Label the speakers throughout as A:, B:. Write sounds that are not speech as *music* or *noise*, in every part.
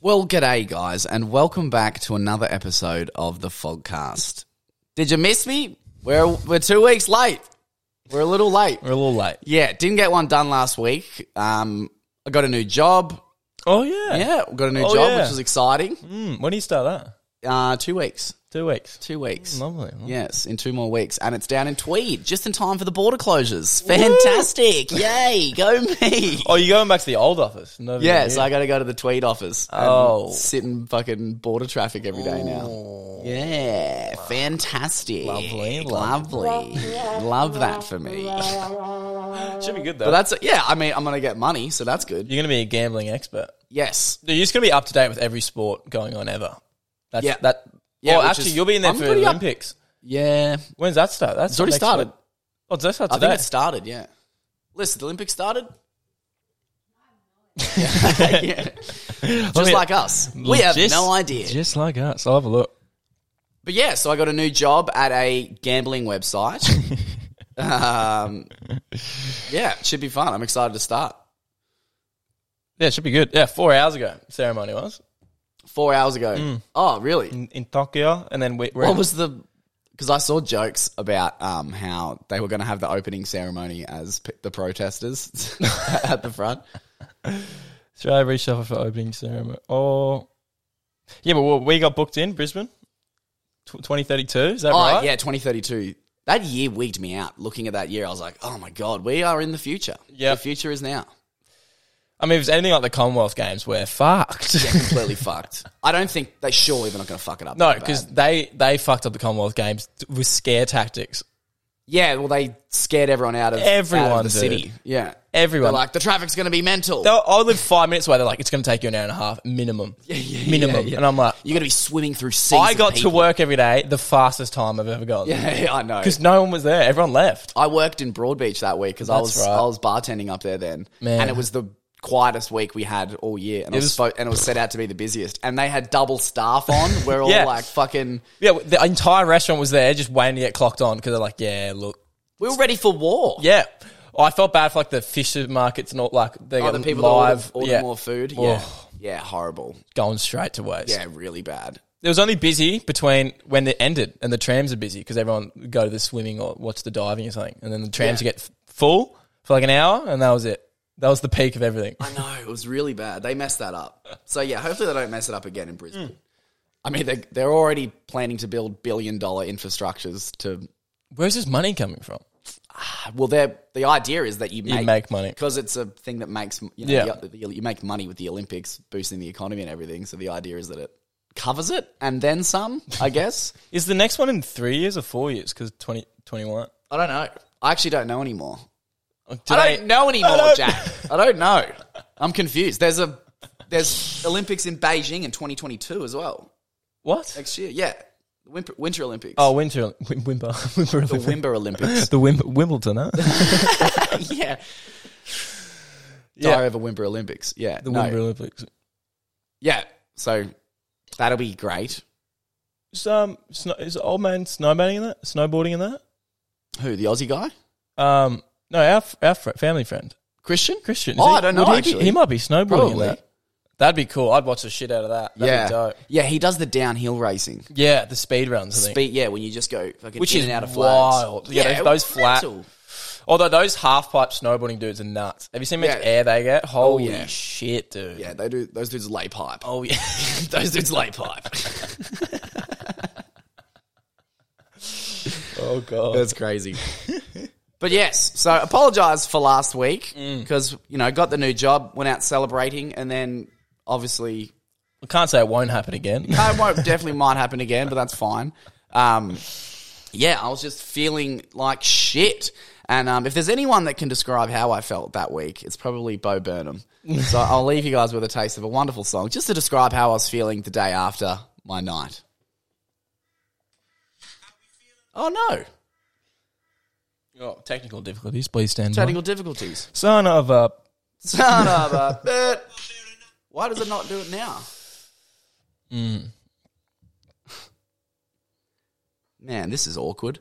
A: Well, g'day, guys, and welcome back to another episode of the Fogcast. Did you miss me? We're we're two weeks late. We're a little late.
B: We're a little late.
A: Yeah, didn't get one done last week. Um, I got a new job.
B: Oh yeah.
A: Yeah, got a new
B: Oh,
A: job,
B: yeah.
A: which is exciting.
B: Mm, when do you start that?
A: Uh, two weeks.
B: Two weeks.
A: Two weeks.
B: Lovely.
A: Yes, in two more weeks, and it's down in Tweed, just in time for the border closures. Fantastic! Yay, go
B: *laughs*
A: me!
B: Oh, you're going back to the old office? No.
A: Yeah, so I got to go to the Tweed office. And
B: Oh.
A: sit in fucking border traffic every day now. Yeah, fantastic,
B: Lovely,
A: lovely, love that for me.
B: should be good
A: But
B: though.
A: that's yeah. I mean, I'm gonna get money, so that's good.
B: You're going to be a gambling expert.
A: Yes,
B: Dude, you're just going to be up to date with every sport going on ever. That's,
A: Yeah.
B: That.
A: Yeah,
B: well,
A: which
B: actually,
A: is-
B: you'll be in there
A: I'm
B: for
A: pretty
B: the
A: up-
B: Olympics.
A: yeah.
B: When's that start? That's
A: It's already
B: next
A: started.
B: week. Oh, does that start
A: I think
B: today?
A: it started. Yeah. Listen, the Olympics
B: *laughs*
A: started. *laughs* yeah. Just
B: me-
A: like us, we have
B: Oh, Just-
A: no idea.
B: Just like us. I'll have a look.
A: But yeah, so I got a new job at a gambling
B: *laughs*
A: website. um, yeah, it should be fun. I'm excited to start.
B: Yeah, it should be good. Yeah, four hours ago, ceremony was.
A: Four hours ago.
B: Mm.
A: Oh, really?
B: In, in Tokyo, and then we, we're
A: What was the? Because I saw jokes about um, how they were going to have the opening ceremony as p- the protesters *laughs* at the front.
B: Should I reshuffle for opening ceremony? Oh, yeah, but we- we got booked in Brisbane, twenty thirty two. Is that
A: Oh
B: right?
A: yeah, 2032. That year wigged me out. Looking at that year, I was like, oh my god, we are in the future.
B: Yep.
A: the future is now.
B: I mean, if it's anything like the Commonwealth Games, we're fucked. *laughs*
A: Completely fucked. I don't think they surely they're not going to fuck it up.
B: no,
A: that
B: because
A: bad.
B: they they fucked up the Commonwealth Games t- with scare tactics.
A: yeah, well they scared everyone out of
B: Everyone,
A: out of the
B: dude.
A: city. Yeah,
B: Everyone.
A: they're like the traffic's going to be mental.
B: They'll- I live five minutes away. They're like, it's going to take you an hour and a half minimum,
A: *laughs* yeah,
B: minimum.
A: yeah.
B: And I'm like,
A: You're going to be swimming through seas.
B: I
A: of
B: got to
A: people. *laughs*
B: work every day the fastest time I've ever gone
A: Yeah, I know.
B: because no one was there. Everyone left.
A: I worked in Broadbeach that week because I
B: That's
A: was
B: right.
A: I was bartending up there then,
B: Man.
A: and it was the quietest week we had all year, and it, was,
B: was-
A: spo- and it was set out to be the busiest, and they had double staff on.
B: *laughs*
A: We're all
B: Yeah.
A: like fucking.
B: Yeah, the entire restaurant was there, just waiting to get clocked on because they're like, yeah, look,
A: We were ready for war.
B: Yeah. Oh, I felt bad for like the fish markets and all like they
A: Oh,
B: got
A: the people
B: live
A: that order, order
B: yeah,
A: more food.
B: Oh.
A: Yeah, yeah, horrible.
B: going straight to waste.
A: Yeah, really bad.
B: It was only busy between when it ended and the trams are busy because everyone would go to the swimming or watch the diving or something, and then the trams
A: Yeah.
B: would get f- full for like an hour, and that was it. That was the peak of everything.
A: I know it was really bad. They messed that up. So yeah, hopefully they don't mess it up again in Brisbane. I mean, they're, they're already planning to build billion dollar infrastructures to.
B: Where's this money coming from?
A: Well, they're, the idea is that you
B: You
A: make,
B: make money.
A: because it's a thing that makes you know
B: Yeah.
A: the- the- you make money with the Olympics, boosting the economy and everything. So the idea is that it covers it and then some. I guess
B: Is the next one in three years or four years? Because twenty twenty one.
A: *laughs* I don't know. I actually don't know anymore.
B: Do
A: *laughs* I
B: they-
A: don't know anymore,
B: don't-
A: Jack. I don't know. I'm confused. There's a there's Olympics in Beijing in 2022 as well
B: What?
A: next year. Yeah, Winter, Winter Olympics.
B: Oh, winter, *laughs* wim, wimper, wimper,
A: the Wimber Olympics.
B: the Wim, Wimbledon,
A: *laughs*
B: huh?
A: yeah.
B: *laughs* Yeah.
A: Diary of a Wimber Olympics. Yeah.
B: the
A: no.
B: Wimber Olympics.
A: Yeah. So that'll be great.
B: Is, um, snow, is old man snowboarding in that? Snowboarding in that?
A: Who the Aussie guy?
B: Um, no, our f- our fr- family friend
A: Christian?
B: Christian.
A: Oh,
B: he-
A: I don't know,
B: would He, be-
A: actually.
B: he might be snowboarding in
A: Probably.
B: that. That'd be cool. I'd watch the shit out of that. That'd
A: yeah.
B: be dope.
A: Yeah, he does the downhill racing.
B: Yeah, the speed runs. I think.
A: Speed, yeah, when you just go fucking
B: Which
A: in
B: is
A: and out of
B: wild.
A: flags.
B: Yeah, those-
A: it
B: those
A: was
B: flat-
A: mental.
B: Although those half pipe snowboarding dudes are nuts. Have you seen how much
A: Yeah. Oh,
B: air they get? Holy
A: yeah.
B: shit, dude.
A: Yeah, they do. Those dudes lay pipe.
B: Oh *laughs* yeah.
A: those dudes lay pipe.
B: oh
A: *laughs*
B: god.
A: That's crazy. but yes, so apologise for last week
B: Mm.
A: because you know got the new job, went out celebrating, and then obviously
B: I can't say it won't happen
A: *laughs*
B: again.
A: no, it won't definitely might happen again, but that's fine. Um, yeah, I was just feeling like shit. And um, if there's anyone that can describe how I felt that week, it's probably Bo Burnham. So I'll leave you guys with a taste of a wonderful song just to describe how I was feeling the day after my night. Oh no,
B: Oh, technical difficulties. Please stand by.
A: technical difficulties.
B: Son of a.
A: Son of a bit. Why does it not do it now?
B: Mm.
A: Man, this is awkward.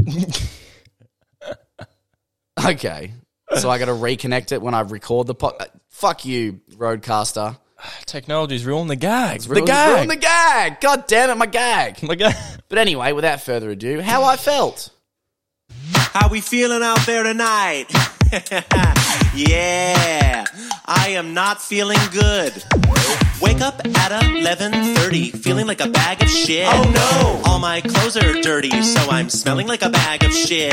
A: okay. So I got to reconnect it when I record the pod. Fuck you, Roadcaster.
B: Technology's ruining the gag. The
A: Ruined-
B: gag.
A: ruined the gag. God damn it, my gag.
B: the gag. *laughs*
A: But anyway, without further ado, how I felt.
C: How we feeling out there tonight? *laughs* yeah, I am not feeling good. Wake up at 11:30, feeling like a bag of shit. Oh no! All my clothes are dirty, so I'm smelling like a bag of shit.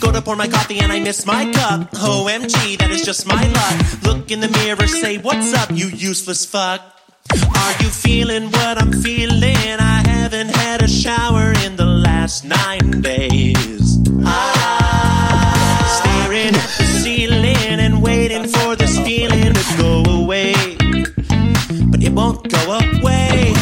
C: Go to pour my coffee and I miss my cup. OMG, that is just my luck. Look in the mirror, say what's up, you useless fuck. Are you feeling what I'm feeling? I haven't had a shower in the last nine days. I'm staring at the ceiling and waiting for this feeling to go away. But it won't go away.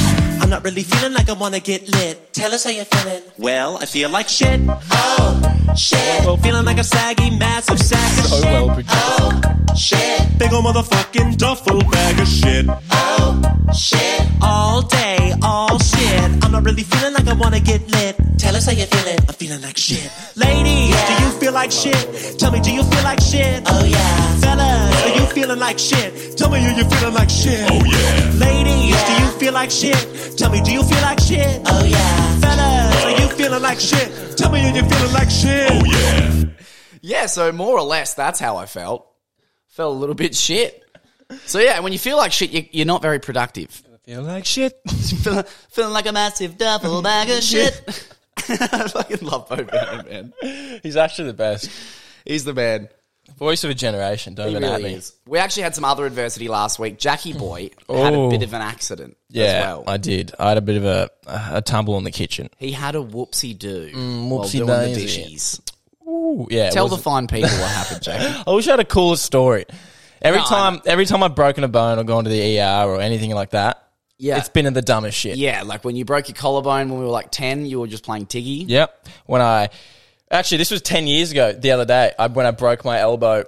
C: I'm not really feeling like I wanna get lit. Tell us how you're feeling. Well, I feel like shit. Oh, shit. Feeling like a saggy, massive sack of
B: So
C: shit.
B: well produced.
C: Oh, shit. Big ol' motherfucking duffel bag of shit. Oh, shit. All day, all shit. I'm not really feeling like I wanna get lit. Tell us how you're feeling. I'm feeling like shit. Ladies, do you feel like shit? Tell me, do you feel like shit? Oh, yeah. Fellas, are you feeling like shit? Tell me, are you feeling like shit? Oh, yeah. Ladies, do you feel like shit? Tell me, do you feel like shit? Oh, yeah. Fellas, are you feeling like shit? Tell me, are you feeling like shit? Oh, yeah.
A: Yeah, so more or less, that's how I felt. Felt a little bit shit. So yeah, when you feel like shit, you, you're not very productive.
B: Feel like shit. *laughs*
A: feeling, feeling like a massive duffel bag of shit. *laughs* I fucking love Bo Burnham, man.
B: He's actually the best.
A: He's the man.
B: Voice of a generation. Don't
A: He
B: even at
A: really
B: me.
A: is. We actually had some other adversity last week. Jackie Boy had a
B: Hmm. Oh.
A: bit of an accident
B: Yeah,
A: as well.
B: I did. I had a bit of a a tumble in the kitchen.
A: he had a whoopsie do while
B: whoopsie
A: doing the
B: daisy.
A: dishes.
B: Ooh, yeah. it
A: Tell
B: was-
A: the fine people
B: *laughs*
A: what happened, Jackie.
B: I wish I had a cooler story. Every
A: No, I
B: time, every time I've broken a bone or gone to the ER or anything like that,
A: Yeah.
B: it's been in the dumbest shit.
A: Uh, yeah, like when you broke your collarbone when we were like 10, you were just playing Tiggy.
B: Yep. When I actually, this was ten years ago. The other day, I, when I broke my elbow,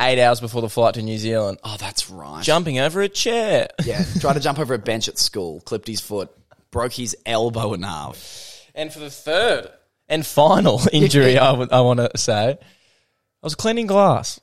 B: eight hours before the flight to New Zealand,
A: Oh, that's right.
B: jumping over a chair.
A: Yeah, tried to jump over a bench at school, clipped his foot, broke his elbow in half.
B: *laughs* And for the third and final *laughs* injury, I want to say, I was cleaning glass,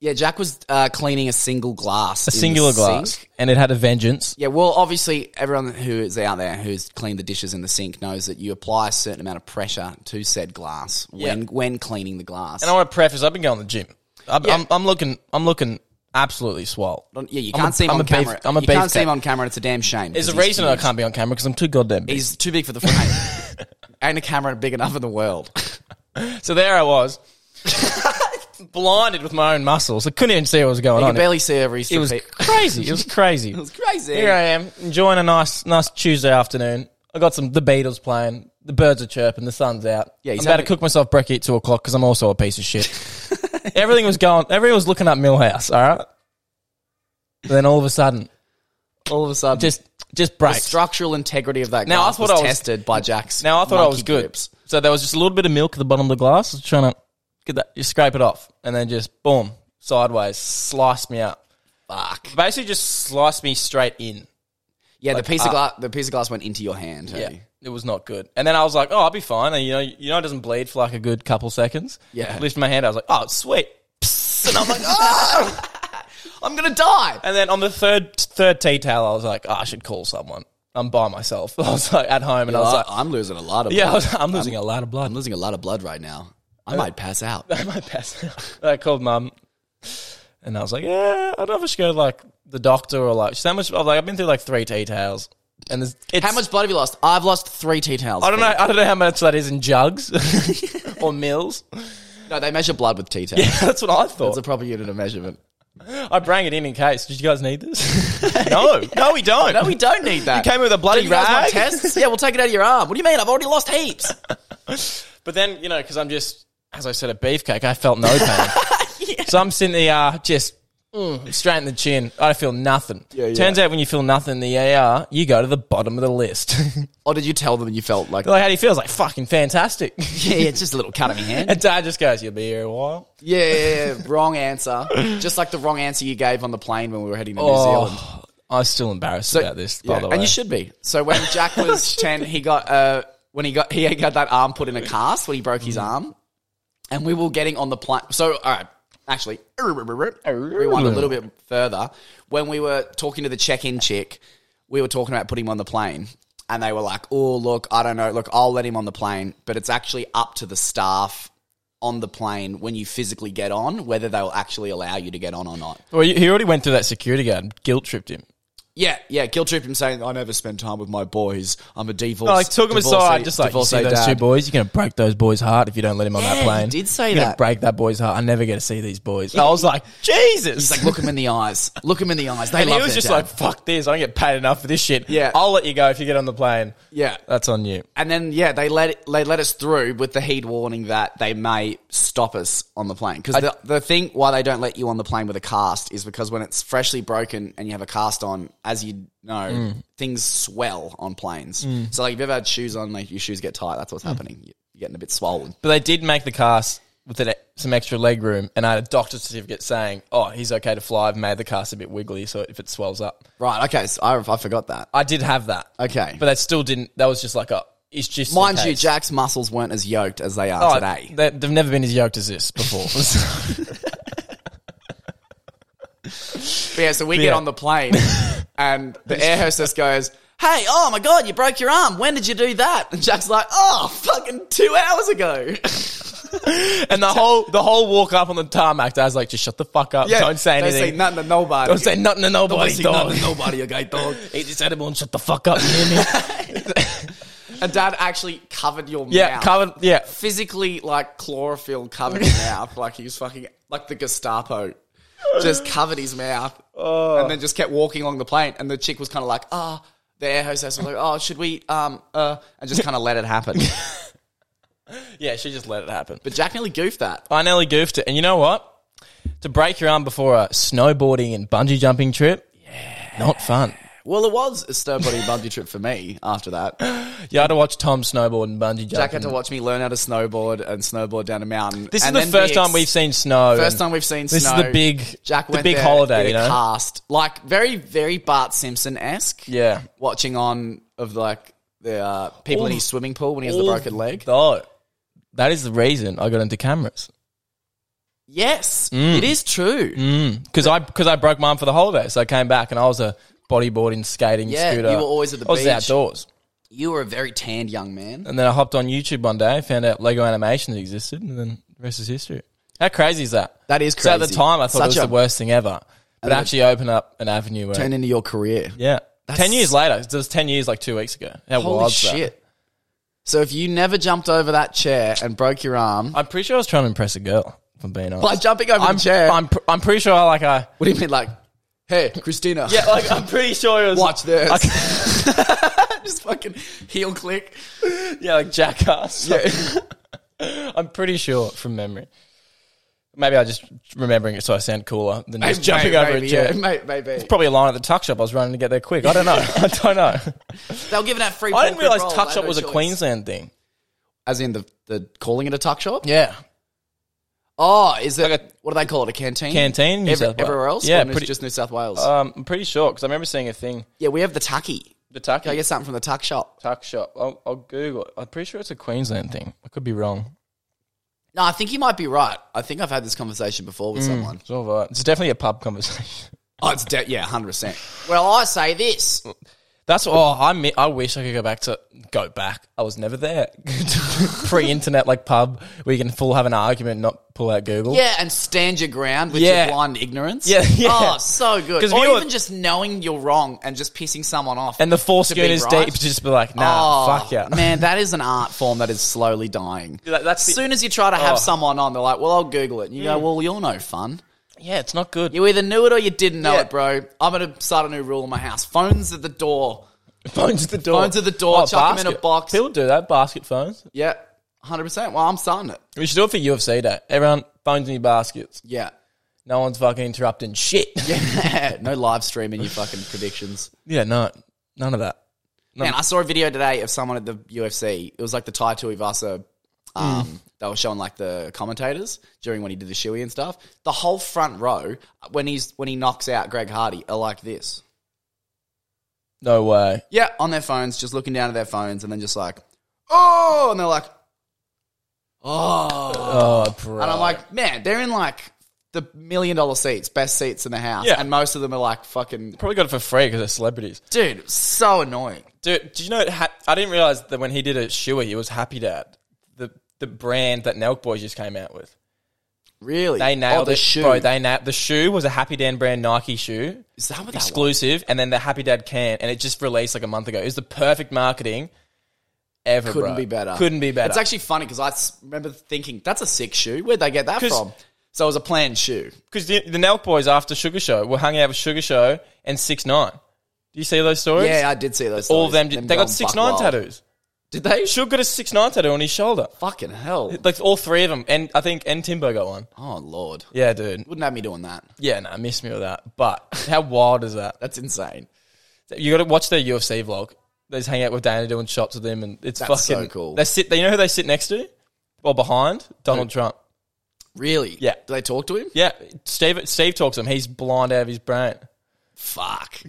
A: Yeah, Jack was uh, cleaning a single glass.
B: a singular glass, and it had a vengeance.
A: Yeah, well, obviously, everyone who is out there who's cleaned the dishes in the sink knows that you apply a certain amount of pressure to said glass when
B: Yeah.
A: when cleaning the glass.
B: And I want to preface: I've been going to the gym. I'm,
A: Yeah.
B: I'm, I'm looking, I'm looking absolutely swole.
A: yeah, you
B: I'm
A: can't
B: a-
A: see him
B: I'm
A: on
B: a beef-
A: camera.
B: I'm a
A: you can't
B: beefcake.
A: see him on camera. It's a damn shame.
B: There's a
A: 'cause he's
B: reason that I
A: huge.
B: can't be on camera because I'm too goddamn big.
A: He's too big for the frame.
B: *laughs*
A: Ain't a camera big enough in the world.
B: So there I
A: *laughs*
B: was, blinded with my own muscles. I couldn't even see what was going
A: You
B: on.
A: can barely see over his.
B: it *laughs* was crazy. It was
A: *laughs*
B: crazy.
A: it was crazy.
B: Here I am enjoying a nice, nice Tuesday afternoon. I got some the Beatles playing. The birds are chirping. The sun's out.
A: Yeah, he's
B: I'm about to
A: having-
B: cook myself brekkie at two o'clock because I'm also a piece
A: *laughs*
B: of shit. everything was going. Everyone was looking up Millhouse. All right. Then all of a sudden,
A: All of a sudden,
B: just just
A: the
B: breaks.
A: structural integrity of that
B: Now,
A: glass
B: I thought
A: was
B: I was-
A: tested by Jack's.
B: Now I thought I was
A: monkey
B: good.
A: grips.
B: So there was just a little bit of milk at the bottom of the glass. I was trying to get that, you scrape it off, and then just boom, sideways, sliced me up.
A: Fuck.
B: Basically, just sliced me straight in.
A: Yeah, the piece of glass. The piece of glass went into your hand. hey?
B: Yeah,
A: *laughs*
B: it was not good. And then I was like, oh, I'll be fine. And you know, you know, it doesn't bleed for like a good couple seconds.
A: Yeah.
B: lift my hand. I was like, oh, it's sweet. Psst, and I'm like, oh.
A: *laughs* I'm gonna die.
B: and then on the third third tea towel, I was like, oh, I should call someone. I'm by myself. *laughs* I was like at home, and I was like,
A: I'm losing a lot of.
B: yeah, I
A: blood.
B: was, I'm losing a lot of blood.
A: I'm losing a lot of blood right now. I might pass out.
B: I
A: *laughs*
B: might pass out. *laughs* I called mum, and I was like, "Yeah, I don't know if I should go to like the doctor or like so much." I was like, "I've been through like three tea towels, and there's it's,
A: How much blood have you lost? I've lost three tea towels.
B: I don't know. I don't know how much that is in jugs
A: *laughs*
B: *laughs* or mils.
A: No, they measure blood with tea towels.
B: *laughs* That's what I thought.
A: It's a proper unit of measurement.
B: I bring it in in case. Did you guys
A: *laughs*
B: need this? no, no, we don't.
A: Oh, No, we don't need that.
B: came with a
A: Do
B: bloody
A: you guys want
B: rag.
A: tests? Yeah, we'll take it out of your arm. What do you mean? I've already lost heaps.
B: But then, you know, because I'm just, as I said, a beefcake, I felt no
A: *laughs*
B: pain. So I'm sitting in the ER, just mm, straight in the chin. I feel nothing.
A: yeah.
B: Turns out when you feel nothing in the ER, you go to the bottom of the list.
A: *laughs*
B: *laughs*
A: Or did you tell them you felt like? *laughs*
B: like, how do you feel? It's like, fucking fantastic. *laughs*
A: Yeah, yeah, it's just a little cut of my hand. *laughs*
B: and Dad just goes, you'll be here a while.
A: Yeah, yeah, yeah. wrong answer. Just like the wrong answer you gave on the plane when we were heading to New Zealand.
B: Oh, I'm still embarrassed about this, by
A: Yeah,
B: the way.
A: and you should be. So when Jack
B: *laughs*
A: was ten, he got uh, when he got
B: Mm.
A: he got that arm put in a cast when he broke his arm, and we were getting on the plane. So all right, actually, rewind a little bit further. When we were talking to the check-in chick, we were talking about putting him on the plane, and they were like, "Oh, look, I don't know. Look, I'll let him on the plane, but it's actually up to the staff." On the plane, when you physically get on, whether they'll actually allow you to get on or not.
B: Well, you- he already went through that security guard and guilt tripped him.
A: Yeah, yeah. Guilt trip him saying, "I never spend time with my boys. I'm a divorce."
B: No, like took him
A: divorcee-
B: aside, just like you see
A: divorcee
B: those two
A: dad."
B: boys. You're gonna break those boys' heart if you don't let him on
A: Yeah,
B: that plane.
A: he did say
B: You're gonna
A: that.
B: break that boy's heart. I never get to see these boys. I was like, Jesus.
A: He's like, "Look him in the eyes. Look him in the eyes." They
B: and
A: love
B: he was
A: their
B: just
A: dad.
B: like, fuck this. I don't get paid enough for this shit.
A: Yeah.
B: I'll let you go if you get on the plane.
A: Yeah.
B: That's on you.
A: and then yeah, they let it, they let us through with the heed warning that they may stop us on the plane because the, the thing why they don't let you on the plane with a cast is because when it's freshly broken and you have a cast on, as you know,
B: Mm.
A: things swell on planes. So like if you've ever had shoes on, like your shoes get tight. That's
B: Mm.
A: what's happening. You're getting a bit swollen.
B: But they did make the cast with an, e, some extra leg room, and I had a doctor's certificate saying, oh, he's okay to fly. I've made the cast a bit wiggly, so if it swells up.
A: Right. Okay. So I, I forgot that.
B: I did have that.
A: Okay.
B: But that still didn't, that was just like a, it's just. the
A: Mind you,
B: case.
A: Jack's muscles weren't as yoked as they are
B: Oh,
A: today.
B: They, they've never been as yoked as this *laughs* before.
A: But yeah, so we get
B: Yeah.
A: on the *laughs* plane, and the air hostess goes, "Hey, oh my god, you broke your arm. When did you do that?" And Jack's like, "Oh, fucking two hours ago." *laughs*
B: and the whole the whole walk up on the tarmac, I was like, just shut the fuck up. don't say anything.
A: Don't say nothing to nobody.
B: Don't say nothing to
A: Don't
B: nobody,
A: say
B: dog.
A: nothing to nobody, okay, dog.
B: Eat this edible and shut the fuck up. You *laughs* hear me?
A: And Dad actually covered your
B: yeah,
A: mouth,
B: covered. Yeah,
A: physically like chlorophyll covered *laughs* his mouth, like he was fucking like the Gestapo. Just covered his mouth, and then just kept walking along the plane. And the chick was kind of like, "Ah." the air hostess was like, "Oh, should we?" Um, uh, and just kind of let it happen.
B: yeah. She just let it happen.
A: But Jack nearly goofed that.
B: I nearly goofed it, and you know what? To break your arm before a snowboarding and bungee jumping trip, yeah, not fun.
A: Well, it was a stern body bungee trip for me after that.
B: You had to watch Tom snowboard and bungee jumping.
A: Jack had to watch me learn how to snowboard and snowboard down a mountain.
B: this is
A: And
B: the
A: then
B: first
A: we
B: time
A: ex-
B: we've seen snow.
A: First
B: and
A: time we've seen
B: This
A: snow.
B: is the big
A: Jack
B: the
A: went
B: big
A: there in
B: holiday.
A: a
B: You know,
A: cast like very very Bart Simpson esque.
B: Yeah.
A: watching on of like the uh, people in
B: All-
A: his swimming pool when he has the
B: All
A: broken leg.
B: Though, that is the reason I got into cameras.
A: yes,
B: Mm.
A: it is true.
B: because I because I broke mine for the holiday, so I came back and I was a bodyboarding, skating,
A: Yeah,
B: scooter.
A: you were always at the
B: I was
A: beach.
B: outdoors,
A: You were a very tanned young man.
B: and then I hopped on YouTube one day, found out Lego animation existed, and then the rest is history. How crazy is that?
A: That is
B: So at the
A: crazy.
B: time, I thought
A: Such
B: it was
A: a-
B: the worst thing ever, but
A: then-
B: actually opened up an avenue where
A: Turned into your career.
B: yeah. Ten
A: That's-
B: years later, it was ten years like two weeks ago. How
A: Holy
B: wild's
A: shit! So if you never jumped over that chair and broke your arm,
B: that? I'm pretty sure I was trying to impress a girl. If I'm being
A: *laughs*
B: honest,
A: By jumping over
B: I'm,
A: the chair.
B: I'm pr- I'm pretty sure I like I
A: what do you mean, like, hey, Christina?
B: yeah like I'm pretty sure it was
A: watch this. *laughs*
B: like-
A: Just fucking heel click.
B: Yeah, like jackass. *laughs* I'm pretty sure from memory. Maybe I just remembering it so I sound cooler than just jumping over
A: maybe,
B: a chair.
A: Yeah, mate, maybe.
B: Probably a line at the tuck shop. I was running to get there quick. I don't know. *laughs* I don't know.
A: They were giving out free.
B: I didn't
A: pork
B: realize
A: roll,
B: tuck
A: they
B: shop
A: had
B: was a
A: no choice.
B: Queensland thing.
A: as in the the calling it a tuck shop.
B: Yeah,
A: Oh, is it?
B: Like a-
A: what do they call it? A canteen.
B: Canteen, New
A: Every-
B: South Wales.
A: everywhere else.
B: Yeah,
A: Or
B: pretty-
A: just New South Wales.
B: um, I'm pretty sure because I remember seeing a thing.
A: yeah, we have the tucky.
B: The tuck,
A: Can I get something from the tuck shop?
B: tuck shop. I'll, I'll Google. it. I'm pretty sure it's a Queensland thing. I could be wrong.
A: No, I think you might be right. I think I've had this conversation before
B: Mm.
A: with someone.
B: It's all right. It's definitely a pub conversation.
A: Oh, it's de- yeah, hundred percent. Well, I say this.
B: That's oh, I mi- I wish I could go back to go back. I was never there. *laughs* Pre-internet like pub where you can full have an argument, and not pull out Google.
A: Yeah, and stand your ground with
B: Yeah.
A: your blind ignorance.
B: Yeah, yeah.
A: Oh, so good.
B: 'Cause
A: Or
B: if you
A: even
B: were-
A: just knowing you're wrong and just pissing someone off.
B: And the
A: to
B: foreskin
A: be
B: is
A: right.
B: deep. Just be like, nah,
A: Oh,
B: fuck yeah.
A: man, that is an art form that is slowly dying.
B: That- that's the-
A: as soon as you try to have
B: Oh. Mm.
A: someone on, they're like, "Well, I'll Google it." And you go, "Well, you're no fun.
B: *laughs* Yeah, it's not good.
A: You either knew it or you didn't know
B: Yeah.
A: it, bro." I'm gonna start a new rule in my house: phones at the door.
B: *laughs* Phones at the door. Oh,
A: Phones at the door, chuck 'em in a
B: basket.
A: box.
B: People do that. Basket phones.
A: Yeah, hundred percent. Well, I'm starting it.
B: We should do it for UFC day. Everyone phones in your baskets.
A: Yeah,
B: No one's fucking interrupting shit. *laughs* Yeah,
A: *laughs* no live streaming your fucking predictions.
B: no, none of that.
A: Man, I saw a video today of someone at the UFC. It was like the Tai Tuivasa. Um, They were showing like the commentators during when he did the shoey and stuff. The whole front row when he's when he knocks out Greg Hardy are like this.
B: No way.
A: Yeah, on their phones, just looking down at their phones, and then just like, oh, and they're like, oh,
B: Oh, bro. Uh,
A: and I'm like, man, they're in like the the million dollar seats, best seats in the house,
B: Yeah.
A: and most of them are like fucking
B: Probably got it for free because they're celebrities.
A: dude, so annoying.
B: Dude, did you know? It ha- I didn't realize that when he did a shoey, it was Happy Dad, the the brand that Nelk Boys just came out with.
A: Really,
B: They nailed
A: oh, the
B: it,
A: shoe.
B: bro. They na- the shoe was a Happy Dan brand Nike shoe,
A: Is that what that was?
B: exclusive, and then the Happy Dad can, and it just released like a month ago. It was the perfect marketing ever.
A: Couldn't
B: bro.
A: be better.
B: Couldn't be better.
A: It's actually funny because I s- remember thinking that's a sick shoe. Where'd they get that
B: 'Cause-
A: from? So it was a planned shoe.
B: because the, the Nelk Boys after Sugar Show were hung out with Sugar Show and Six Nine. Do you see those stories?
A: Yeah, I did see those.
B: all of them.
A: stories.
B: Did, they got
A: going
B: Six
A: buck
B: Nine
A: wild.
B: tattoos.
A: Did they?
B: Sugar got a Six Nine tattoo on his shoulder.
A: Fucking hell!
B: Like all three of them, and I think and Timbo got one.
A: Oh lord,
B: Yeah, dude.
A: wouldn't have me doing that.
B: Yeah, nah, miss me with that. But how wild is that?
A: That's insane.
B: You got to watch their UFC vlog. They just hang out with Dana doing shots with him, and it's
A: That's so
B: fucking
A: cool.
B: They sit. They, you know who they sit next to or behind Donald Trump.
A: Really?
B: Yeah.
A: Do they talk to him?
B: Yeah, Steve. Steve talks to him. He's blind out of his brain.
A: Fuck.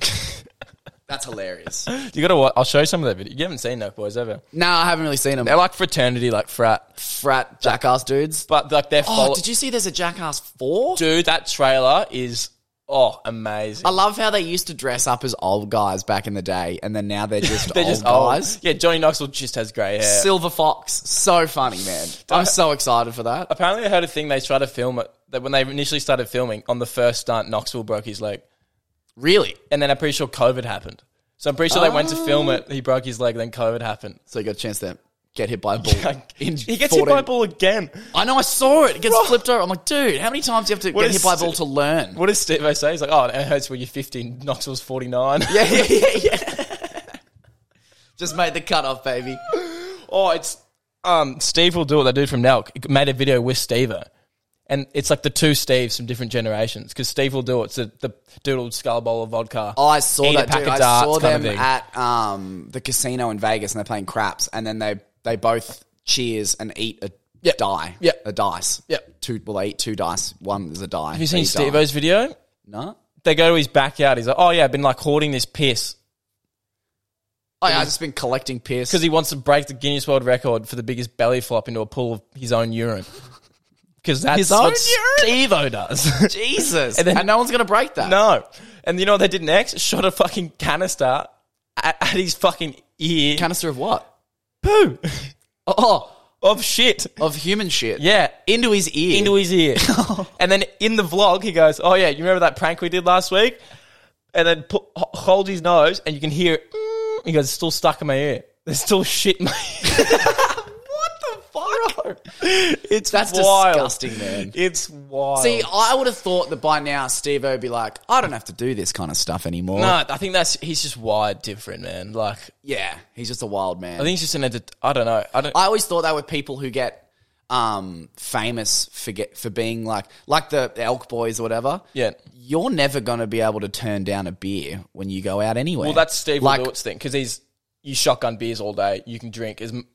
A: *laughs* That's hilarious.
B: You got to. watch I'll show you some of their video. You haven't seen those boys ever.
A: No, I haven't really seen them.
B: They're like fraternity, like frat.
A: frat jackass dudes.
B: But like they're.
A: Oh,
B: follow-
A: did you see there's a Jackass 4?
B: dude? That trailer is oh amazing.
A: I love how they used to dress up as old guys back in the day, and then now they're just
B: *laughs* they're
A: old
B: just old.
A: guys.
B: Yeah, Johnny Knoxville just has grey hair.
A: Silver Fox, so funny, man.
B: *laughs*
A: I'm so excited for that.
B: Apparently, I heard a thing they tried to film it that when they initially started filming on the first stunt, Knoxville broke his leg,
A: Really?
B: and then I'm pretty sure COVID happened. So I'm pretty sure they went to film it. He broke his leg, then COVID happened. *laughs*
A: So you got a chance to get hit by a ball. in
B: he gets
A: 14
B: hit by a ball again.
A: I know, I saw it. It gets
B: Bro.
A: flipped over. I'm like, dude, how many times do you have to
B: What
A: get
B: is
A: hit by a
B: st-
A: ball to learn?
B: What does Steve say? He's like, "Oh, it hurts when you're 15. Knoxville's *laughs* 49."
A: *laughs* Yeah, yeah, yeah, yeah. *laughs* Just made the cutoff, baby.
B: Oh, it's um Steve will do what they do from Nelk. It Made a video with Stevo. And it's like the two Steves from different generations because Steve will do it. It's the, the doodled skull bowl of vodka.
A: Oh, I saw
B: Eat a
A: that.
B: pack
A: Dude.
B: of
A: I
B: darts
A: saw
B: kinda
A: them
B: thing.
A: at um, the casino in Vegas, and they're playing craps, and then they they both cheers and eat a
B: Yep.
A: die.
B: Yep.
A: a dice.
B: Yep.
A: two. Well, they eat two dice. One is a die.
B: Have you seen
A: Steve?
B: Stevo's video?
A: No.
B: They go to his backyard. He's like, "Oh yeah, I've been like hoarding this piss
A: Oh, yeah, I've just been collecting piss.
B: because he wants to break the Guinness World Record for the biggest belly flop into a pool of his own urine." Because that's
A: His
B: what
A: own
B: Stevo does. *laughs*
A: Jesus, and,
B: And then-
A: no one's gonna break that.
B: no, and you know what they did next? Shot a fucking canister at, at his fucking ear.
A: canister of what?
B: poo
A: Oh,
B: of shit.
A: of human shit.
B: Yeah,
A: into his ear.
B: into his *laughs* ear. and then in the vlog, he goes, "Oh yeah, you remember that prank we did last week?" And then put, h- holds his nose, and you can hear. it, "Mm." He goes, "It's still stuck in my ear. There's still shit in my *laughs* ear."
A: what the fuck?
B: it's
A: That's
B: wild.
A: disgusting, man.
B: It's wild.
A: See, I would have thought that by now Steve would be like, I don't have to do this kind of stuff anymore.
B: no, I think that's he's just wired different, man. Like
A: Yeah, he's just a wild man.
B: I think he's just an. edit- I don't know. I don't.
A: I always thought they were people who get um, famous for get, for being like like the Elk Boys or whatever.
B: yeah.
A: You're never going to be able to turn down a beer when you go out anywhere.
B: Well, that's Steve
A: Like-
B: like, thing because he's you shotgun beers all day. You can drink as m-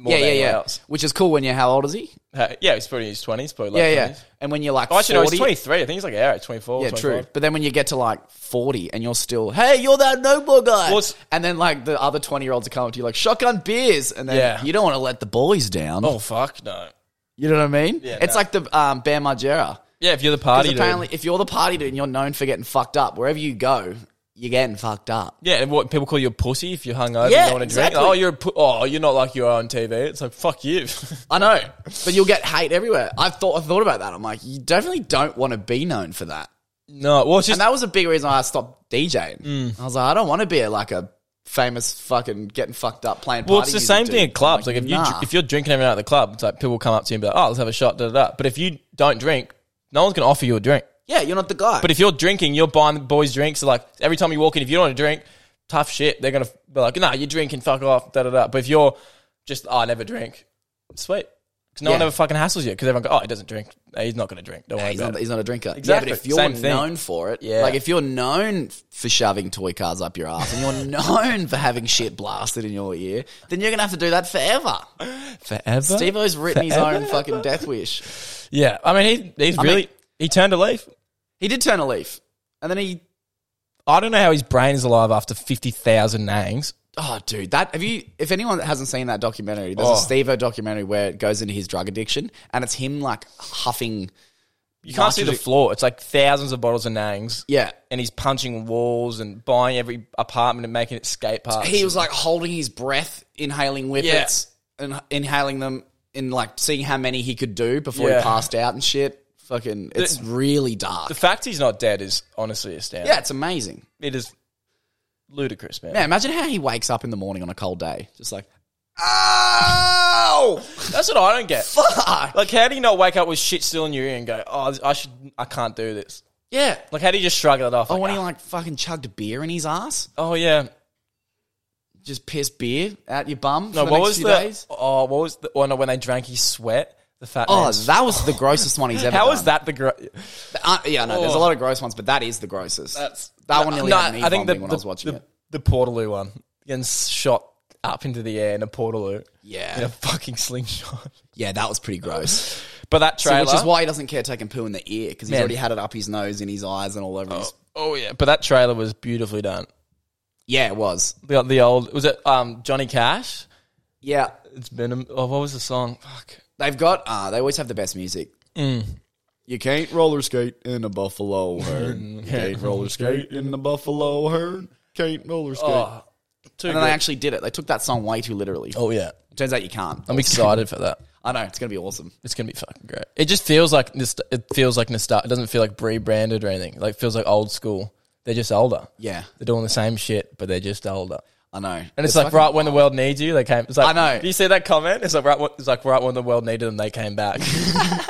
B: more
A: yeah,
B: than
A: yeah,
B: anyone
A: yeah.
B: else.
A: Which is cool when you're how old is he?
B: Uh, yeah, he's probably in his twenties, probably. Late
A: Yeah, yeah.
B: 20s.
A: And when you're like,
B: Oh, actually, no,
A: 40,
B: he's 23. I think he's like, yeah, 24.
A: Yeah, true.
B: 25.
A: But then when you get to like 40 and you're still, hey, you're that noble guy.
B: Well, it's-
A: and then like the other 20 year olds are coming to you like, shotgun beers. And then
B: Yeah.
A: you don't want to let the boys down.
B: Oh, fuck, no.
A: You know what I mean?
B: Yeah,
A: it's
B: no.
A: like the um, Bam Margera.
B: Yeah, if you're the
A: Because
B: party,
A: apparently, if you're the party dude and you're known for getting fucked up, wherever you go, you're getting fucked up.
B: Yeah, and what people call you a pussy if you're hungover
A: Yeah,
B: and don't want to drink.
A: exactly.
B: Oh, you're a pu- oh, you're not like you are on TV. It's like fuck you. *laughs*
A: I know, but you'll get hate everywhere. I've thought, I've thought about that. I'm like, you definitely don't want to be known for that.
B: no, well, it's just
A: And that was a big reason why I stopped DJing.
B: Mm.
A: I was like, I don't want to be like a famous fucking getting fucked up playing.
B: well,
A: party
B: it's the
A: music
B: same
A: dude.
B: thing at clubs.
A: I'm
B: Like if you
A: nah.
B: dr- if you're drinking every night at the club, it's like people will come up to you and be like, oh, let's have a shot, da da da. But if you don't drink, no one's gonna offer you a drink.
A: yeah, you're not the guy.
B: But if you're drinking, you're buying the boys drinks. So like every time you walk in, if you don't want to drink, tough shit. They're gonna f- be like, nah, you're drinking, fuck off, da da da. But if you're just, oh, I never drink, sweet. Because no one
A: Yeah.
B: ever fucking hassles you. Because everyone go, oh, he doesn't drink. Nah, he's not gonna drink. Don't worry
A: he's
B: about
A: not,
B: it.
A: he's not a drinker.
B: Exactly.
A: Yeah, but if you're
B: Same thing.
A: known for it,
B: Yeah.
A: like if you're known for shoving toy cars up your ass and you're *laughs* known for having shit blasted in your ear, then you're going to have to do that forever.
B: Forever.
A: Steve O's written his
B: *laughs*
A: own fucking death wish.
B: Yeah, I mean, he, he's really
A: mean-
B: he turned a leaf.
A: He did turn a leaf. And then he,
B: I don't know how his brain is alive after fifty thousand nangs.
A: oh, dude, that, have you, if anyone that hasn't seen that documentary, there's
B: Oh.
A: a Steve O documentary where it goes into his drug addiction and it's him like huffing
B: You can't see the
A: Marketing-
B: floor. It's like thousands of bottles of Nangs.
A: Yeah.
B: And he's punching walls and buying every apartment and making it skate park.
A: He was like holding his breath, inhaling whippets, and inhaling them, and like seeing how many he could do before
B: Yeah.
A: he passed out and shit. Fucking, it's really dark.
B: the fact he's not dead is honestly astounding.
A: yeah, it's amazing.
B: It is ludicrous, man.
A: Yeah, imagine how he wakes up in the morning on a cold day, just
B: *laughs*
A: like,
B: Ow! That's what I don't
A: *laughs*
B: get.
A: fuck.
B: Like, how do you not wake up with shit still in your ear and go, "Oh, I should, I can't do this."
A: Yeah.
B: Like, how do you just shrug it off?
A: Oh, when
B: "Ah,
A: he like fucking chugged a beer in his ass,
B: oh yeah.
A: just piss beer out your bum. For
B: No,
A: the
B: what
A: next
B: was
A: few
B: the?
A: Days.
B: Oh, what was the? Oh, no, when they drank his sweat, the fat.
A: Oh,
B: man's-
A: that was the grossest one he's ever.
B: *laughs* how
A: done.
B: was that the? Gr-
A: Uh, yeah, no, there's a
B: Oh.
A: lot of gross ones, but that is the grossest.
B: That's-
A: that one nearly
B: No,
A: had me
B: I think the,
A: vomiting when
B: the-
A: I was watching
B: the,
A: it.
B: the Portaloo one getting shot up into the air in a Portaloo.
A: Yeah.
B: in a fucking slingshot. *laughs*
A: Yeah, that was pretty gross.
B: But that
A: So,
B: trailer,
A: which is why he doesn't care taking poo in the ear because he's
B: Man.
A: already had it up his nose and his eyes and all over his.
B: oh yeah, but that trailer was beautifully done.
A: Yeah, it was.
B: The, the old was it um, Johnny Cash?
A: Yeah,
B: It's been a, oh, what was the song? Fuck.
A: they've got. Uh, they always have the best music. You can't roller skate in a buffalo herd. You can't roller skate in a buffalo herd. Can't roller skate.
B: Oh, too
A: and then they actually did it. They took that song way too literally.
B: oh yeah,
A: Turns out you can't.
B: I'm excited for that.
A: I know it's gonna be awesome.
B: It's gonna be fucking great. It just feels like this. It feels like nostalgia. It doesn't feel like rebranded or anything. Like it feels like old school. They're just older.
A: Yeah,
B: They're doing the same shit, but they're just older.
A: I know.
B: And it's, like right when the world needs you, they came. It's like,
A: I know.
B: Do you see that comment? It's like right. when- It's like right when the world needed them, they came back. *laughs*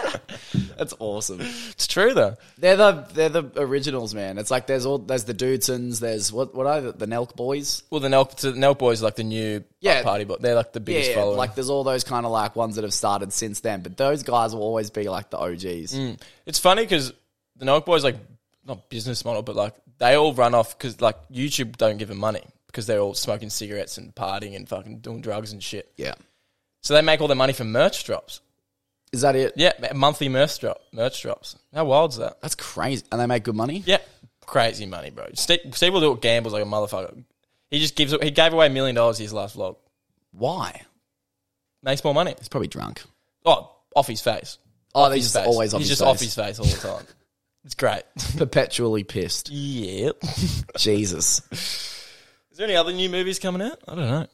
A: That's awesome.
B: it's true though.
A: They're the they're the originals, man. It's like there's all there's the Dudesons, there's what what are they, the Nelk boys?
B: Well, the Nelk, so the Nelk boys are like the new
A: Yeah.
B: party, but they're like the biggest
A: Yeah,
B: following.
A: like there's all those kind of like ones that have started since then, but those guys will always be like the OGs.
B: Mm. It's funny because the Nelk boys like not business model, but like they all run off because like YouTube don't give them money because they're all smoking cigarettes and partying and fucking doing drugs and shit.
A: Yeah,
B: So they make all their money from merch drops.
A: is that it?
B: Yeah, ma- monthly merch drop, merch drops. How wild's that?
A: That's crazy, and they make good money.
B: Yeah, crazy money, bro. Steve, Steve will do it. Gambles like a motherfucker. He just gives. He gave away a million dollars his last vlog.
A: Why?
B: Makes more money.
A: He's probably drunk.
B: Oh, off his face.
A: Oh, they're just
B: Face.
A: always off
B: He's
A: his
B: just
A: face.
B: off his face all the time.
A: *laughs*
B: it's great.
A: perpetually pissed.
B: yeah.
A: Jesus,
B: Is there any other new movies coming out? I don't know.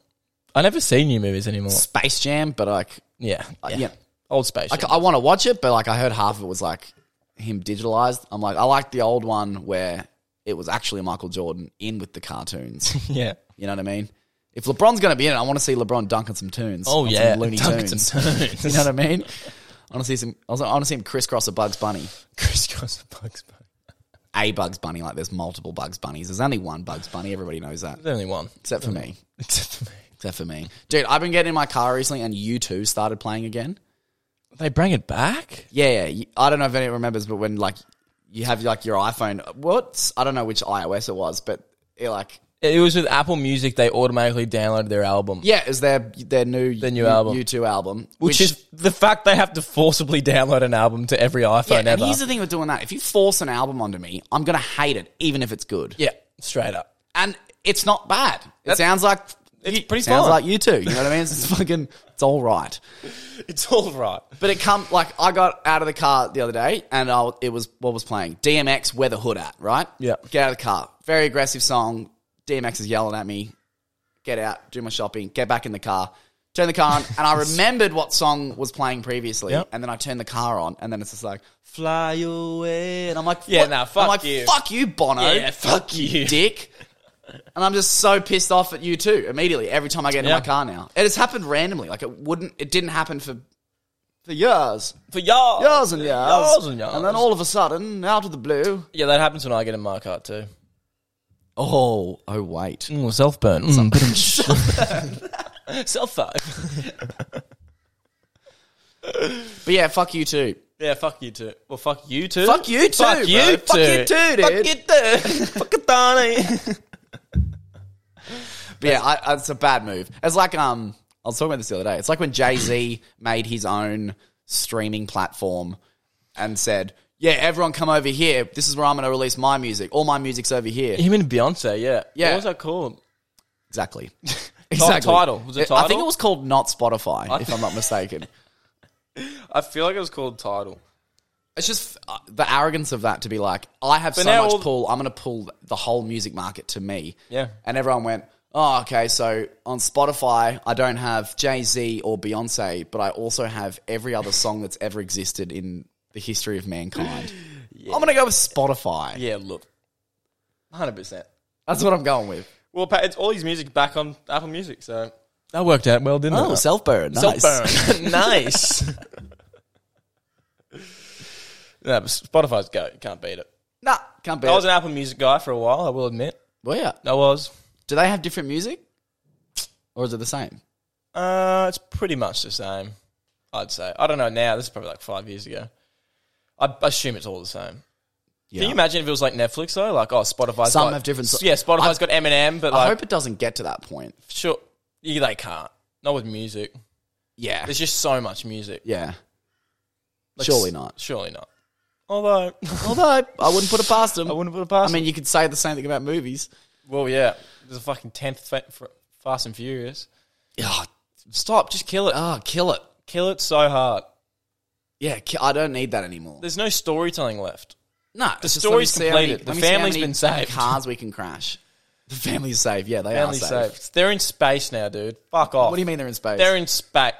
B: I never see new movies anymore.
A: Space Jam, but like,
B: Yeah, uh, yeah.
A: yeah.
B: Old Space.
A: like I want to watch it, but like I heard half of it was like him digitalized. I'm like, I like the old one where it was actually Michael Jordan in with the cartoons.
B: yeah.
A: You know what I mean? If LeBron's going to be in it, I want to see LeBron dunking some tunes.
B: Oh
A: on
B: yeah.
A: some Looney
B: Dunkin'
A: Tunes.
B: some
A: *laughs*
B: tunes. *laughs*
A: you know what I mean? I want to see some. I also- I want to see him crisscross a Bugs Bunny,
B: Crisscross and Bugs Bunny.
A: a Bugs Bunny. Like there's multiple Bugs Bunnies. There's only one Bugs Bunny. Everybody knows that,
B: There's only one
A: except for me.
B: *laughs* except for me.
A: Except for me, dude. I've been getting in my car recently, and you two started playing again.
B: They bring it back.
A: Yeah, yeah. You- I don't know if anyone remembers, but when like you have like your iPhone, what? I don't know which iOS it was, but it like
B: It was with Apple Music. They automatically downloaded their album.
A: yeah, is their their new their
B: new album.
A: U two album,
B: Which, is the fact they have to forcibly download an album to every
A: yeah.
B: iPhone
A: And
B: ever.
A: here's the thing with doing that: if you force an album onto me, I'm gonna hate it, even if it's good.
B: yeah, straight up.
A: and it's not bad. It sounds like
B: It's pretty
A: sounds
B: fine.
A: like you two. You know what I mean? It's *laughs* fucking it's all right.
B: It's all right.
A: But it come like I got out of the car the other day, and I, it was what was playing DMX "Where the Hood At," right?
B: Yeah.
A: Get out of the car. Very aggressive song. DMX is yelling at me. Get out. Do my shopping. Get back in the car. Turn the car on, and *laughs* I remembered what song was playing previously,
B: Yep.
A: and then I turned the car on, and then it's just like "Fly Away," and I'm like,
B: Yeah,
A: "What?"
B: nah, fuck
A: I'm like,
B: you.
A: fuck you, Bono,
B: Yeah, fuck you.
A: dick." And I'm just so pissed off at you too. Immediately, every time I get in
B: Yeah.
A: my car now, it has happened randomly. Like it wouldn't, it didn't happen for for years
B: For y'all.
A: years and years.
B: Years and years.
A: And then all of a sudden, out of the blue.
B: Yeah, that happens when I get in my car too.
A: Oh, oh, wait.
B: Mm, self burn. Mm,
A: *laughs*
B: self fuck.
A: But yeah, fuck you too.
B: Yeah, fuck you too. Well, fuck you too.
A: Fuck you too,
B: Fuck you
A: bro.
B: too.
A: Fuck you too, dude.
B: Fuck you
A: *laughs*
B: too. fuck it, Donnie.
A: But yeah, I, I- it's a bad move. It's like, um, I was talking about this the other day. It's like when Jay Z *coughs* made his own streaming platform and said, yeah, everyone come over here. This is where I'm going to release my music. All my music's over here.
B: *laughs* Him and Beyonce. Yeah.
A: Yeah.
B: What was that called? *laughs*
A: Exactly.
B: title. Was it
A: I think
B: title?
A: it was called Not Spotify, if I'm not mistaken.
B: I feel like it was called Title.
A: It's just uh, the arrogance of that to be like, I have so
B: now
A: much
B: all-
A: pull. I'm going to pull the whole music market to me.
B: Yeah.
A: And everyone went, oh, okay. So on Spotify, I don't have Jay Z or Beyonce, but I also have every other song that's ever existed in the history of
B: *laughs*
A: mankind. I'm going to go with Spotify.
B: Yeah, look, hundred percent.
A: That's what I'm going with.
B: Well, Pat, it's all his music back on Apple Music, so that worked out well, didn't
A: Oh, Self-burn. Nice.
B: *laughs* Self-burn. nice. no, but Spotify's go. You can't beat it.
A: *laughs* Nah, can't be.
B: I was an Apple Music guy for a while. I will admit,
A: well, yeah.
B: I was.
A: Do they have different music? Or is it the same?
B: Uh, it's pretty much the same. I'd say. I don't know now. This is probably like five years ago. I I assume it's all the same.
A: Yeah.
B: Can you imagine if it was like Netflix though? Like, oh, Spotify's
A: Some
B: got,
A: have different so-
B: Yeah, Spotify's got Eminem, but
A: I
B: like,
A: hope it doesn't get to that point.
B: sure, you, they can't. Not with music.
A: Yeah.
B: There's just so much music.
A: Yeah.
B: Like,
A: Surely
B: s-
A: not.
B: Surely not. Although, *laughs*
A: Although I wouldn't put it past them.
B: I wouldn't put it
A: I
B: past.
A: mean, you could say the same thing about movies.
B: well, yeah. There's a fucking tenth fa- f- Fast and Furious.
A: Oh,
B: Stop. Just kill it.
A: oh kill it.
B: Kill it so hard.
A: Yeah, ki- I don't need that anymore.
B: There's no storytelling left.
A: No, the
B: story's completed. The family's
A: family's
B: been saved.
A: Cars we can crash. The family's safe. Yeah, they
B: Family
A: are safe.
B: saved. They're in space now, dude. Fuck off.
A: What do you mean they're in space?
B: They're in space.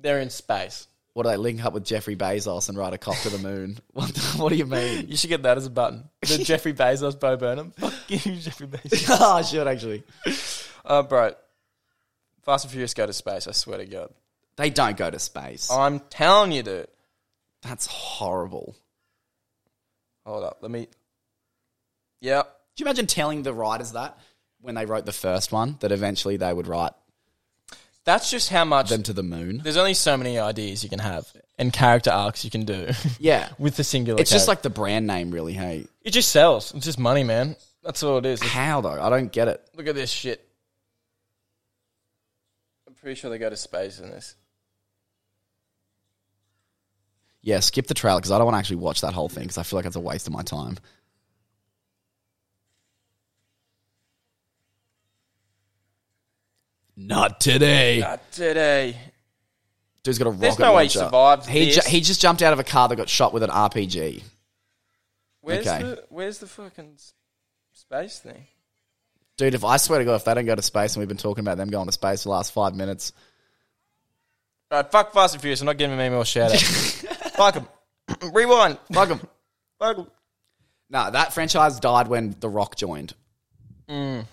B: They're in space.
A: what do they link up with Jeffrey Bezos and ride a cop to the moon? *laughs* What, what do you *laughs* mean?
B: You should get that as a button. The *laughs* Jeffrey Bezos, Bo Burnham. Fuck you, Jeffrey Bezos.
A: oh, I should actually.
B: Uh, bro, Fast and Furious go to space. I swear to God.
A: They don't go to space.
B: I'm telling you, dude.
A: That's horrible.
B: Hold up. Let me. Yep.
A: Do you imagine telling the writers that when they wrote the first one that eventually they would write
B: That's just how much.
A: them to the moon?
B: there's only so many ideas you can have and character arcs you can do *laughs*
A: Yeah.
B: with the singular.
A: It's just
B: character.
A: like the brand name, really. Hey,
B: it just sells. It's just money, man. That's all it is.
A: how though? I don't get it.
B: Look at this shit. I'm pretty sure they go to space in this.
A: Yeah, skip the trailer because I don't want to actually watch that whole thing because I feel like it's a waste of my time. Not today.
B: Not today.
A: Dude's got a rocket
B: There's no way
A: launcher.
B: he survived
A: He,
B: this.
A: ju- he just jumped out of a car that got shot with an RPG.
B: Where's
A: Okay.
B: the Where's the fucking s- space thing?
A: Dude, if I swear to God, if they don't go to space and we've been talking about them going to space for the last five minutes,
B: All right, fuck Fast and Furious. I'm not giving them any more shout out. *laughs* fuck them. *clears throat* Rewind.
A: fuck 'em. *laughs*
B: Fuck 'em.
A: No, that franchise died when The Rock joined.
B: Yeah.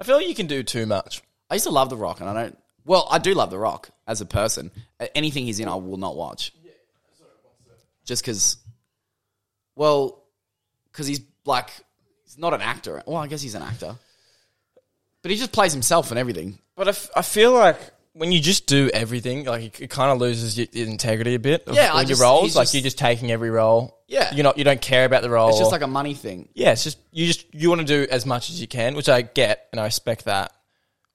B: I feel like you can do too much.
A: I used to love The Rock, and I don't. Well, I do love The Rock as a person. A- Anything he's in, I will not watch. Just because. Well, because he's like he's not an actor. Well, I guess he's an actor, but he just plays himself and everything.
B: But I, f- I feel like when you just do everything, like it, it kind of loses your, your integrity a bit. Of
A: Yeah,
B: all
A: I
B: your
A: just-
B: roles,
A: he's
B: like
A: just-
B: you're just taking every role.
A: Yeah.
B: you're not. You don't care about the role.
A: It's just
B: or-
A: like a money thing.
B: yeah, it's just you just you want to do as much as you can, which I get and I respect that.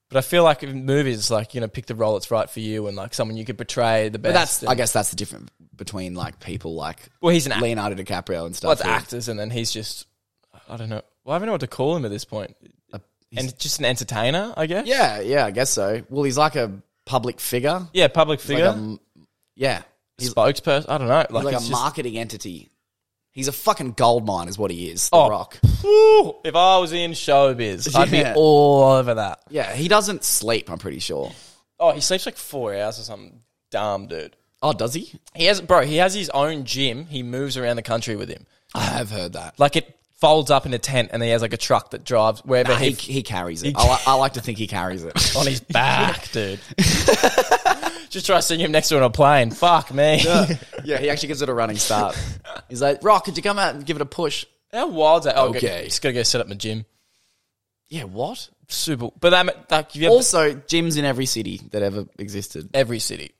B: But I feel like in movies, it's like you know, pick the role that's right for you and like someone you could portray the best.
A: But that's,
B: and-
A: I guess, that's the difference between like people like
B: well, he's an actor.
A: Leonardo DiCaprio and stuff.
B: Well, it's
A: who-
B: actors, and then he's just I don't know. Well, I don't know what to call him at this point. and just an entertainer, I guess.
A: Yeah, yeah, I guess so. Well, he's like a public figure.
B: yeah, public
A: Like
B: figure,
A: a m- yeah,
B: spokesperson. I don't know.
A: like
B: Like,
A: a
B: it's just-
A: marketing entity. He's a fucking gold mine, is what he is. The
B: Oh.
A: Rock.
B: Woo! if I was in showbiz, I'd be
A: Yeah.
B: all over that.
A: Yeah, he doesn't sleep. I'm pretty sure.
B: Oh, he sleeps like four hours or something. Damn, dude.
A: Oh, does he?
B: He has, bro. He has his own gym. He moves around the country with him.
A: I have heard that.
B: Like it folds up in a tent, and he has like a truck that drives wherever
A: Nah, he,
B: he,
A: he carries it. I, li- I like to think he carries it. *laughs*
B: on *laughs* his back, dude. *laughs* Just try seeing him next to it on a plane. Fuck me.
A: yeah, he actually gives it a running *laughs* start. He's like, Rock, could you come out and give it a push?
B: How wild's that? Oh, okay.
A: Okay.
B: He's gotta go set up my gym.
A: Yeah, what?
B: Super. But that, that you have
A: Also, gyms in every city that ever existed.
B: every city,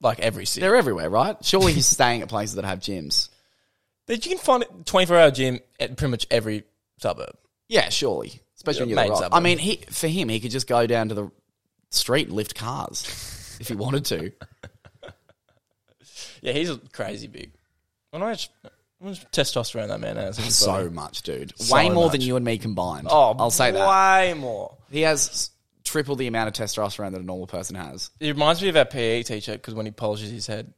B: like every city.
A: They're everywhere, right? Surely *laughs* he's staying at places that have gyms.
B: But you can find a 24 hour gym at pretty much every suburb.
A: Yeah, surely. Especially when you're
B: Yeah,
A: the
B: main
A: Rock.
B: suburb.
A: I mean, he, for him, he could just go down to the street and lift cars if he wanted *laughs* to.
B: Yeah, he's crazy big. When I just, when I testosterone that man has.
A: *laughs*
B: in his body.
A: So much, dude. Way more than
B: much.
A: you and me combined.
B: oh,
A: I'll say that.
B: way more.
A: He has triple the amount of testosterone that a normal person has.
B: It reminds me of our PE teacher because when he polishes his head,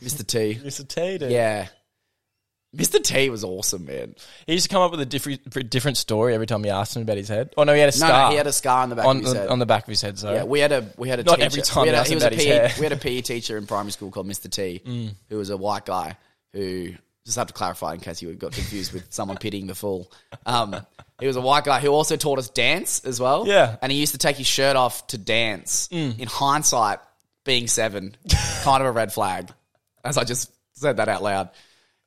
A: Mr. T.
B: *laughs* Mr. T. Dude.
A: Yeah. Mr. T was awesome, man.
B: he used to come up with a different different story every time you asked him about his head. Oh no, he had a
A: No,
B: scar
A: no, he had a scar on the back
B: on
A: of his
B: the,
A: head.
B: on the back of his head. So
A: yeah, we had a we had a
B: Not
A: teacher.
B: every time
A: we had
B: he
A: a,
B: asked
A: he was a
B: about his hair. Mm.
A: PE, we had a PE teacher in primary school called Mr. T, who was a white guy who just have to clarify in case you got confused with someone pitying the fool. Um, he was a white guy who also taught us dance as well.
B: Yeah. Mm.
A: and he used to take his shirt off to dance. In hindsight, being seven, kind of a red flag. As I just said that out loud.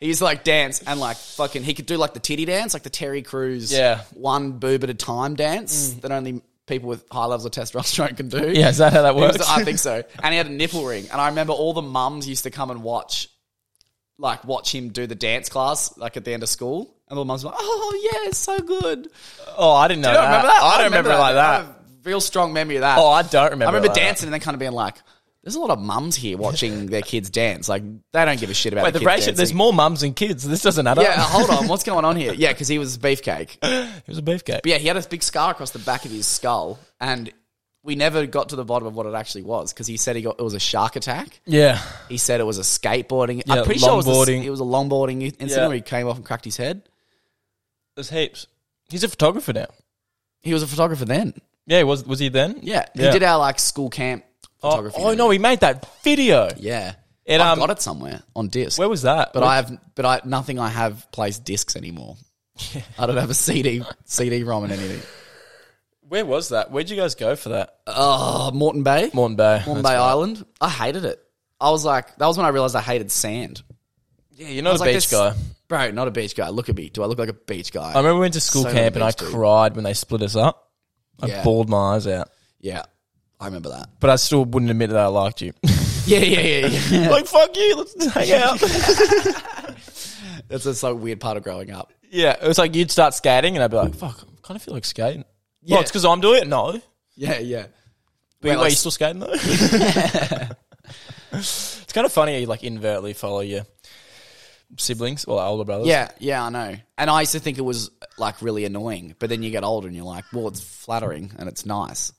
A: He used to like dance and like fucking. He could do like the titty dance, like the Terry Crews,
B: Yeah.
A: one boob at a time dance that only people with high levels of testosterone can do.
B: *laughs* Mm. *laughs* yeah. Is that how that
A: He was-
B: works?
A: I think so. And he had a nipple ring, and I remember all the mums used to come and watch, like watch him do the dance class, like at the end of school. And all the mums were like, "Oh yeah, it's so good."
B: oh, I didn't know.
A: I
B: that.
A: don't remember that.
B: I don't remember, it like
A: I
B: that.
A: have a real strong memory of that.
B: Oh, I don't remember.
A: I remember
B: it like
A: dancing and then kind of being like, "There's a lot of mums here
B: *laughs*
A: watching their kids dance. Like they don't give a shit about
B: That. Wait,
A: the
B: the
A: kids
B: ratio. There's
A: dancing."
B: more mums than kids. This doesn't add up.
A: Yeah, hold on. What's going on here? Yeah, because he was beefcake.
B: it was a beefcake.
A: But yeah, he had this big scar across the back of his skull, and we never got to the bottom of what it actually was because he said he got it was a shark attack.
B: Yeah.
A: He said it was a skateboarding.
B: Yeah,
A: I'm pretty sure it was, a,
B: longboarding.
A: it was a longboarding incident
B: Yeah.
A: where he came off and cracked his head.
B: There's heaps. He's a photographer now.
A: He was a photographer then.
B: Yeah, he was was he then?
A: Yeah, he did our like school camp
B: Oh,
A: photography.
B: oh no, he made that video.
A: yeah,
B: And,
A: I've
B: um,
A: got it somewhere on disc.
B: Where was that?
A: but I have, but I nothing. I have plays discs anymore. I don't have a CD, CD ROM and anything.
B: where was that? Where'd you guys go for that?
A: Oh, Moreton Bay.
B: Morton Bay.
A: Moreton
B: That's
A: Bay
B: right.
A: Island. I hated it. I was like, that was when I realized I hated sand.
B: Yeah, you're not a
A: was like
B: beach
A: this-
B: guy.
A: Bro, not a beach guy. Look at me. Do I look like a beach guy?
B: I remember we went to school
A: So many
B: camp and I
A: beach dudes.
B: cried when they split us up. I
A: Yeah.
B: bawled my eyes out.
A: yeah, I remember that. *laughs*
B: But I still wouldn't admit that I liked *laughs* you.
A: Yeah, yeah, yeah,
B: *laughs*
A: yeah.
B: like, fuck you, let's hang out.
A: That's just like a weird part of growing up.
B: yeah, it was like you'd start skating and I'd be like, fuck, I kind of feel like skating. Yeah. Well, it's because I'm doing it? No.
A: Yeah, yeah.
B: But wait,
A: like-
B: you still skating *laughs* though? it's kind of funny how you like invertly follow your siblings or older brothers.
A: Yeah, yeah, I know. And I used to think it was like really annoying, but then you get older and you're like, well, it's flattering and it's nice.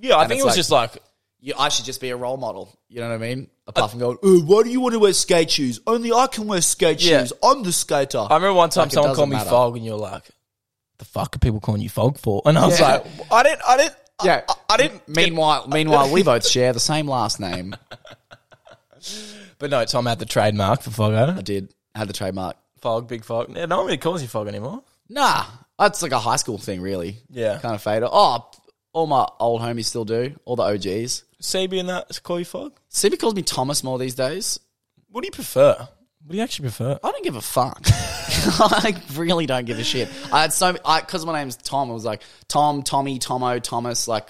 B: yeah. I think
A: it's
B: it was
A: like-
B: just like
A: You, I should just be a role model. You know what I mean? Apart from going, oh, why do you want to wear skate shoes? Only I can wear skate
B: Yeah.
A: shoes. I'm the skater.
B: I remember one time
A: Like, it
B: someone
A: doesn't
B: called me
A: matter.
B: Fog, and you're like, "The fuck are people calling you Fog for?" And I was
A: Yeah.
B: like, "I didn't, I didn't, I-
A: yeah.
B: I, I didn't."
A: meanwhile, meanwhile, we both share the same last name. *laughs*
B: But no, Tom had the trademark for Foggo.
A: I did had the trademark.
B: Fog, big Fog. Yeah, no one really calls you Fog anymore.
A: Nah, that's like a high school thing, really.
B: Yeah.
A: kind of faded. Oh, all my old homies still do. All the OGs.
B: CB and that call you Fog.
A: Sibby calls me Thomas more these days.
B: What do you prefer? What do you actually prefer?
A: I don't give a fuck. *laughs* I really don't give a shit. I had so because my name's Tom. It was like Tom, Tommy, Tomo, Thomas. Like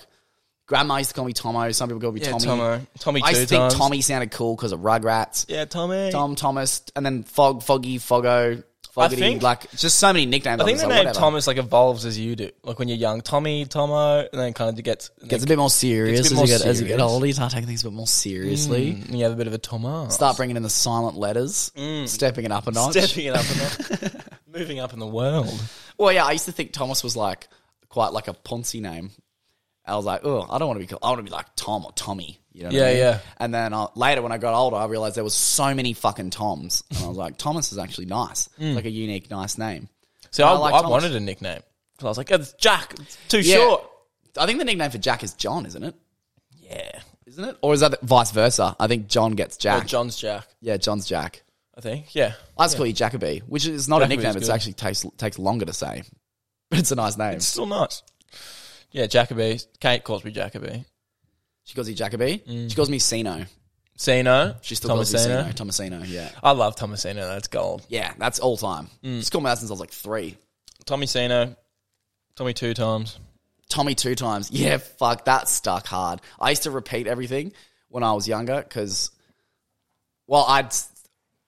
A: grandma used to call me Tomo. Some people call me Tommy.
B: Tommy, Tommy
A: I
B: two
A: used to think
B: times.
A: Tommy sounded cool because of Rugrats.
B: Yeah, Tommy.
A: Tom, Thomas, and then Fog, Foggy, Foggo, Foggity.
B: think-
A: like just so many nicknames.
B: I think the
A: was
B: name
A: like, whatever.
B: Thomas like evolves as you do. Like when you're young, Tommy, Tomo, and then kind of gets
A: gets a bit more serious,
B: Gets
A: as,
B: a bit more
A: you get, as you get
B: serious. Mm.
A: older. You start taking things a bit more seriously.
B: and you have a bit of a Thomas.
A: Start bringing in the silent letters, stepping it up a notch.
B: Mm. stepping it up, and
A: *laughs*
B: up. moving up in the world.
A: Well, yeah, I used to think Thomas was like quite like a Ponzi name. I was like, oh, I don't want to be. Called, I want to be like Tom or Tommy. You know? What
B: Yeah,
A: I mean?
B: yeah.
A: And then uh, later, when I got older, I realized there was so many fucking Toms, and I was like, Thomas is actually nice,
B: Mm.
A: It's like a unique, nice name.
B: So
A: I
B: I,
A: like
B: I
A: Thomas.
B: wanted a nickname because I was like, it's Jack. It's too
A: Yeah.
B: short.
A: I think the nickname for Jack is John, isn't it?
B: Yeah.
A: Isn't it? Or is that the- vice versa? I think John
B: Oh,
A: gets Jack.
B: John's Jack,
A: yeah, John's Jack.
B: I think. Yeah.
A: I just call you Jacoby, which is not
B: Jacoby's
A: a nickname. It's
B: good.
A: actually takes takes longer to say, *laughs* but it's a nice name.
B: It's still nice. Yeah, Jacoby. Kate calls me Jacoby.
A: she calls you Jacoby.
B: Mm.
A: She calls me Sino.
B: Sino.
A: She still calls me Sino. Tomasino. Yeah.
B: I love Tomasino. That's gold.
A: Yeah, that's all time.
B: Mm.
A: Just called me that since I was like three.
B: Tommy Sino. Tommy two times.
A: Tommy two times. Yeah, fuck, that stuck hard. I used to repeat everything when I was younger because, well, I'd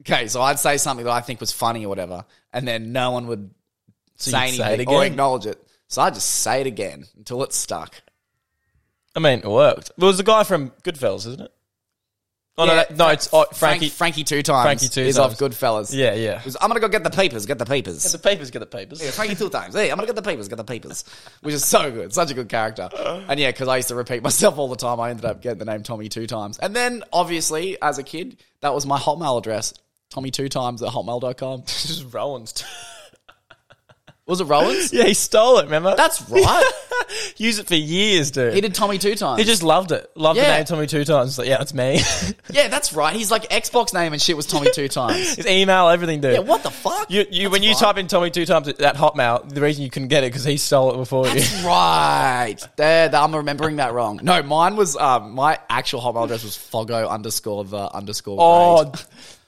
A: okay, so I'd say something that I think was funny or whatever, and then no one would say
B: you'd
A: anything
B: say it
A: or
B: again?
A: acknowledge it. So I just say it again until it stuck.
B: I mean, it worked. It was the guy from Goodfellas, isn't it? Oh no,
A: Yeah.
B: that, no, it's oh,
A: Frankie,
B: Frankie.
A: Frankie two times.
B: Frankie two
A: is
B: times.
A: off Goodfellas.
B: Yeah, yeah.
A: He's, I'm gonna go get the papers. Get the papers.
B: the papers get the papers. *laughs*
A: Yeah, *laughs* Frankie two times. Hey, I'm gonna get the papers. Get the papers, which is so good. Such a good character. And yeah, because I used to repeat myself all the time. I ended up getting the name Tommy two times. And then obviously, as a kid, that was my Hotmail address. Tommy two times at hotmail.com.
B: Just Rowan's.
A: Was it Rowan's?
B: *laughs* yeah, he stole it. Remember? *laughs*
A: That's right.
B: Use it for years, dude.
A: He
B: He,
A: did Tommy two times.
B: just loved it. Loved the
A: Yeah.
B: name Tommy two times. He's Like, yeah, that's me. *laughs*
A: yeah, that's right. He's like Xbox name and shit was Tommy two
B: *laughs*
A: times.
B: His email, everything, dude.
A: Yeah, what the fuck?
B: You, you when you
A: fine.
B: type in Tommy two times at at Hotmail, the reason you couldn't get it because he stole it before *laughs* you.
A: That's right. There, there, I'm remembering that wrong. No, mine was um, my actual Hotmail address was Fogo underscore the underscore.
B: Oh,
A: grade.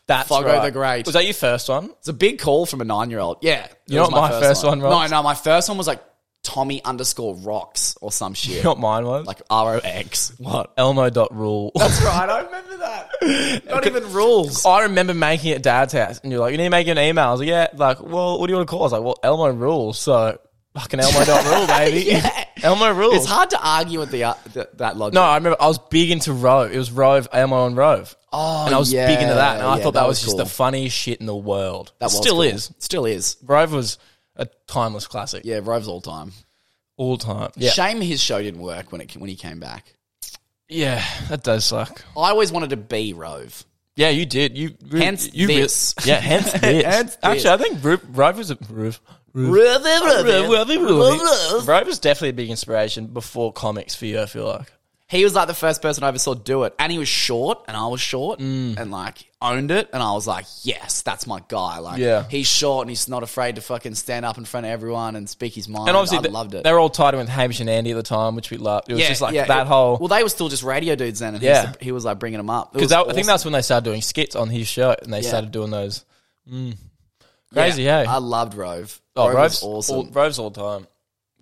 B: that's
A: Fogo
B: right.
A: the Great.
B: Was that your first one?
A: It's a big call from a nine year old. Yeah.
B: You know
A: That was
B: what my first one
A: No,
B: was?
A: no, my first one was like Tommy underscore rocks or some shit.
B: Not mine was.
A: like R O
B: *laughs*
A: X. What?
B: Elmo dot *laughs* rule.
A: That's right. I remember that. Not even rules.
B: I remember making it at dad's house, and you're like, "You need to make an email." I was like, "Yeah." Like, well, what do you want to call? it? I was like, "Well, Elmo rules." So fucking
A: *laughs*
B: Elmo dot rule, baby. Elmo rules.
A: It's hard to argue with the, uh, th- that logic.
B: No, I remember I was big into Rove. It was Rove, Elmo, and Rove.
A: Oh,
B: and I was
A: yeah,
B: big into that, and I
A: yeah,
B: thought that,
A: that
B: was,
A: was
B: just
A: cool.
B: the funniest shit in the world.
A: That was
B: still
A: cool.
B: is.
A: Still is.
B: Rove was a timeless classic.
A: Yeah, Rove's all time.
B: all time. Yeah,
A: Shame his show didn't work when it when he came back.
B: yeah, that does suck.
A: I always wanted to be Rove.
B: Yeah, you did. You re-
A: Hence
B: you re-
A: this. *laughs*
B: yeah, hence this.
A: Hence
B: Actually,
A: this.
B: I think Ru- Rove was a Rove. Rove. Rove was definitely a big inspiration before comics for you. I feel like.
A: He was like the first person I ever saw do it, and he was short, and I was short,
B: Mm.
A: and like owned it, and I was like, yes, that's my guy. Like,
B: Yeah.
A: he's short and he's not afraid to fucking stand up in front of everyone and speak his mind.
B: And obviously,
A: I
B: they-
A: loved it.
B: They were all tied in with Hamish and Andy at the time, which we loved. It was just like that
A: it-
B: whole.
A: Well, they were still just radio dudes then, and he,
B: Yeah.
A: was, he was like bringing them up It was
B: Because I think
A: awesome.
B: that's when they started doing skits on his show, and they
A: Yeah.
B: started doing those. Mm. Crazy, hey?
A: I loved Rove.
B: oh,
A: Rove was
B: Rove's
A: awesome.
B: All, Rove's all time.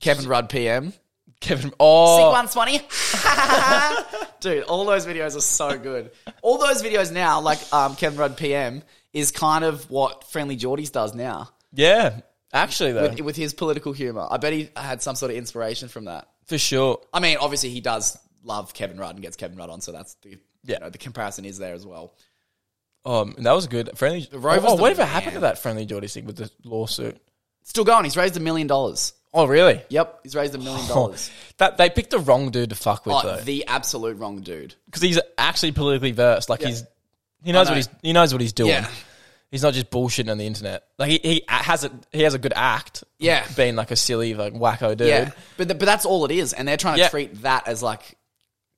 A: Kevin Rudd PM.
B: Kevin. Oh,
A: *laughs* Dude, all those videos are so good. All those videos now, like um, Kevin Rudd PM, is kind of what Friendly Geordies does now
B: yeah. Actually, though,
A: with, with his political humor. I bet he had some sort of inspiration from that.
B: for sure.
A: I mean, obviously, he does love Kevin Rudd and gets Kevin Rudd on, so that's the
B: Yeah.
A: you know, the comparison is there as well.
B: Um, that was good. Friendly.
A: Rovers
B: oh,
A: the
B: whatever
A: man.
B: happened to that friendly Geordie thing with the lawsuit?
A: Still going. He's raised a million dollars.
B: Oh, really?
A: Yep, he's raised a million
B: Oh,
A: dollars.
B: that they picked the wrong dude to fuck with
A: Oh,
B: though,
A: the absolute wrong dude.
B: because he's actually politically versed. Like he's he knows
A: I know.
B: what he's he knows what he's doing.
A: Yeah.
B: He's not just bullshitting on the internet. Like he, he has a he has a good act.
A: Yeah.
B: being like a silly like wacko dude.
A: Yeah, but th- but that's all it is, and they're trying to
B: Yeah.
A: treat that as like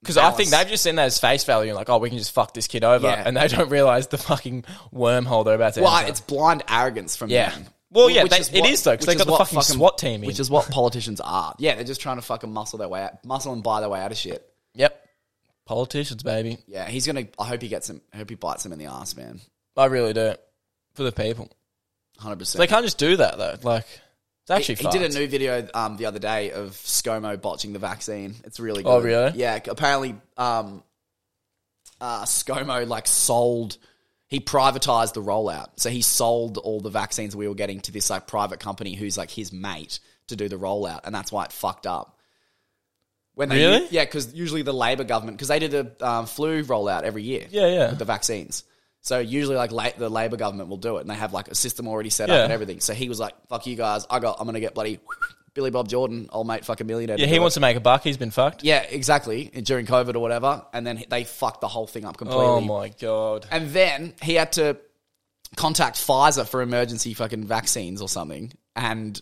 B: Because I
A: Malice.
B: think they've just seen that as face value and like, oh, we can just fuck this kid over,
A: Yeah.
B: and they don't realize the fucking wormhole they're about to.
A: Well,
B: enter.
A: it's blind arrogance from
B: Yeah.
A: them.
B: Well,
A: Wh-
B: yeah,
A: which
B: they- it is though,
A: which
B: 'cause they
A: is
B: got the
A: what
B: fucking SWAT team in.
A: which is what politicians are. Yeah, they're just trying to fucking muscle their way out, muscle and buy their way out of shit.
B: yep, politicians, baby.
A: Yeah, he's gonna. I hope he gets him. I hope he bites him in the ass, man.
B: I really do for the people.
A: Hundred
B: They
A: percent.
B: can't just do that though. Like, it's actually
A: He
B: fucked.
A: did a new video um, the other day of ScoMo botching the vaccine. It's really good.
B: Oh, really?
A: Yeah. c- Apparently, um, uh, ScoMo like sold. He privatized the rollout, so he sold all the vaccines we were getting to this like private company who's like his mate to do the rollout, and that's why it fucked up. When they,
B: Really?
A: Yeah, because usually the Labor government, because they did a um, flu rollout every year
B: yeah, yeah.
A: the vaccines. So usually, like la- the Labor government will do it, and they have like a system already set up
B: Yeah.
A: and everything. So he was like, "Fuck you guys, I got, I'm gonna get bloody Billy Bob Jordan, old mate, fucking millionaire." to
B: yeah, he
A: do
B: wants
A: it."
B: to make a buck. He's been fucked.
A: yeah, exactly. During COVID or whatever, and then they fucked the whole thing up completely.
B: Oh my god.
A: And then he had to contact Pfizer for emergency fucking vaccines or something, and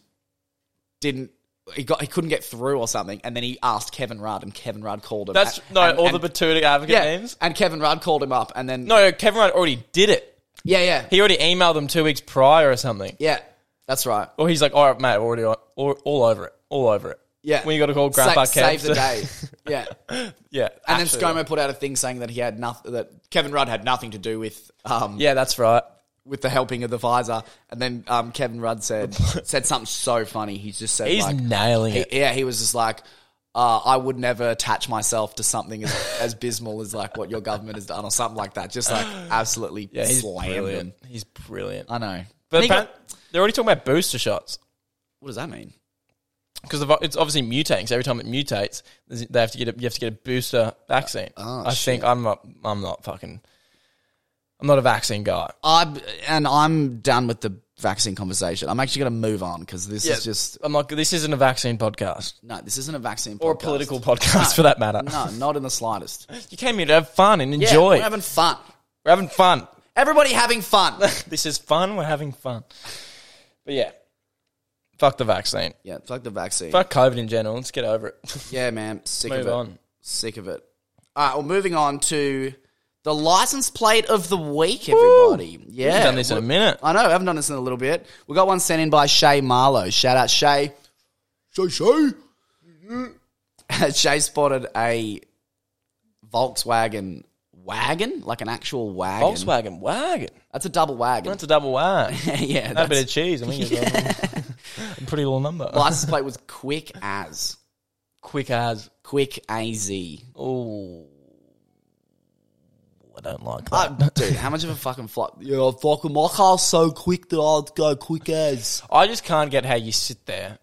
A: didn't. He got he couldn't get through or something, and then he asked Kevin Rudd, and Kevin Rudd called him.
B: That's
A: And-
B: no
A: and-
B: all
A: and-
B: the Batuta advocate
A: yeah,
B: names.
A: and Kevin Rudd called him up, and then
B: No, no, Kevin Rudd already did it.
A: yeah, yeah,
B: He already emailed them two weeks prior or something.
A: yeah, that's right.
B: Or he's like, all right, mate, we're already on, all, all over it, all over it.
A: Yeah.
B: when you got to call Grandpa
A: Sa-
B: Kev
A: Save
B: *laughs*
A: the
B: to-
A: day. Yeah. And
B: Yeah, *laughs*
A: then
B: actually.
A: ScoMo put out a thing saying that he had nothing, that Kevin Rudd had nothing to do with, um,
B: Yeah, that's right.
A: with the helping of the visor. And then, um, Kevin Rudd said,
B: *laughs*
A: said something so funny. He just said,
B: He's
A: like,
B: nailing it.
A: yeah, he was just like, uh, I would never attach myself to something as, *laughs* as abysmal as like what your government has done or something like that. Just
B: *sighs*
A: like absolutely
B: Yeah, he's
A: slammed him.
B: brilliant. He's brilliant.
A: I know.
B: But
A: And he got-
B: apparent- they're already talking about booster shots.
A: what does that mean?
B: because it's obviously mutating. So every time it mutates, there's- they have to get a, you have to get a booster vaccine.
A: Oh,
B: I think I'm not I'm not fucking I'm not a vaccine guy.
A: I and I'm done with the vaccine conversation. I'm actually going to move on because this
B: Yeah.
A: is just
B: I'm not. This isn't a vaccine podcast
A: no. This isn't a vaccine
B: or a
A: podcast.
B: political podcast for that matter.
A: *laughs* No, not in the slightest.
B: You came here to have fun and
A: *laughs* Yeah,
B: enjoy.
A: we're having fun.
B: we're having fun. *laughs*
A: Everybody having fun.
B: This is fun. We're having fun. But yeah, fuck the vaccine.
A: *laughs* yeah, fuck the vaccine.
B: Fuck COVID in general. Let's get over it. *laughs*
A: Yeah, man. Sick
B: Move
A: of it.
B: on.
A: Sick of it. All right, well, moving on to the license plate of the week, everybody. Yeah.
B: Haven't done this in a minute.
A: I know, I haven't done this in a little bit. We got one sent in by Shay Marlowe. Shout out Shay. *laughs* Shay Shay. Shay spotted a Volkswagen wagon, like an actual wagon.
B: Volkswagen wagon.
A: That's a double wagon.
B: That's a double
A: *laughs*
B: wagon.
A: yeah,
B: That
A: that's,
B: bit of cheese.
A: *laughs*
B: I think it's a pretty little number.
A: license plate was quick as
B: Quick as.
A: quick az.
B: Oh, I don't like that.
A: Uh, dude, how much of a fucking
B: *laughs*
A: flop? You know, fucking my car's so quick that I'd go quick as.
B: I just can't get how you sit there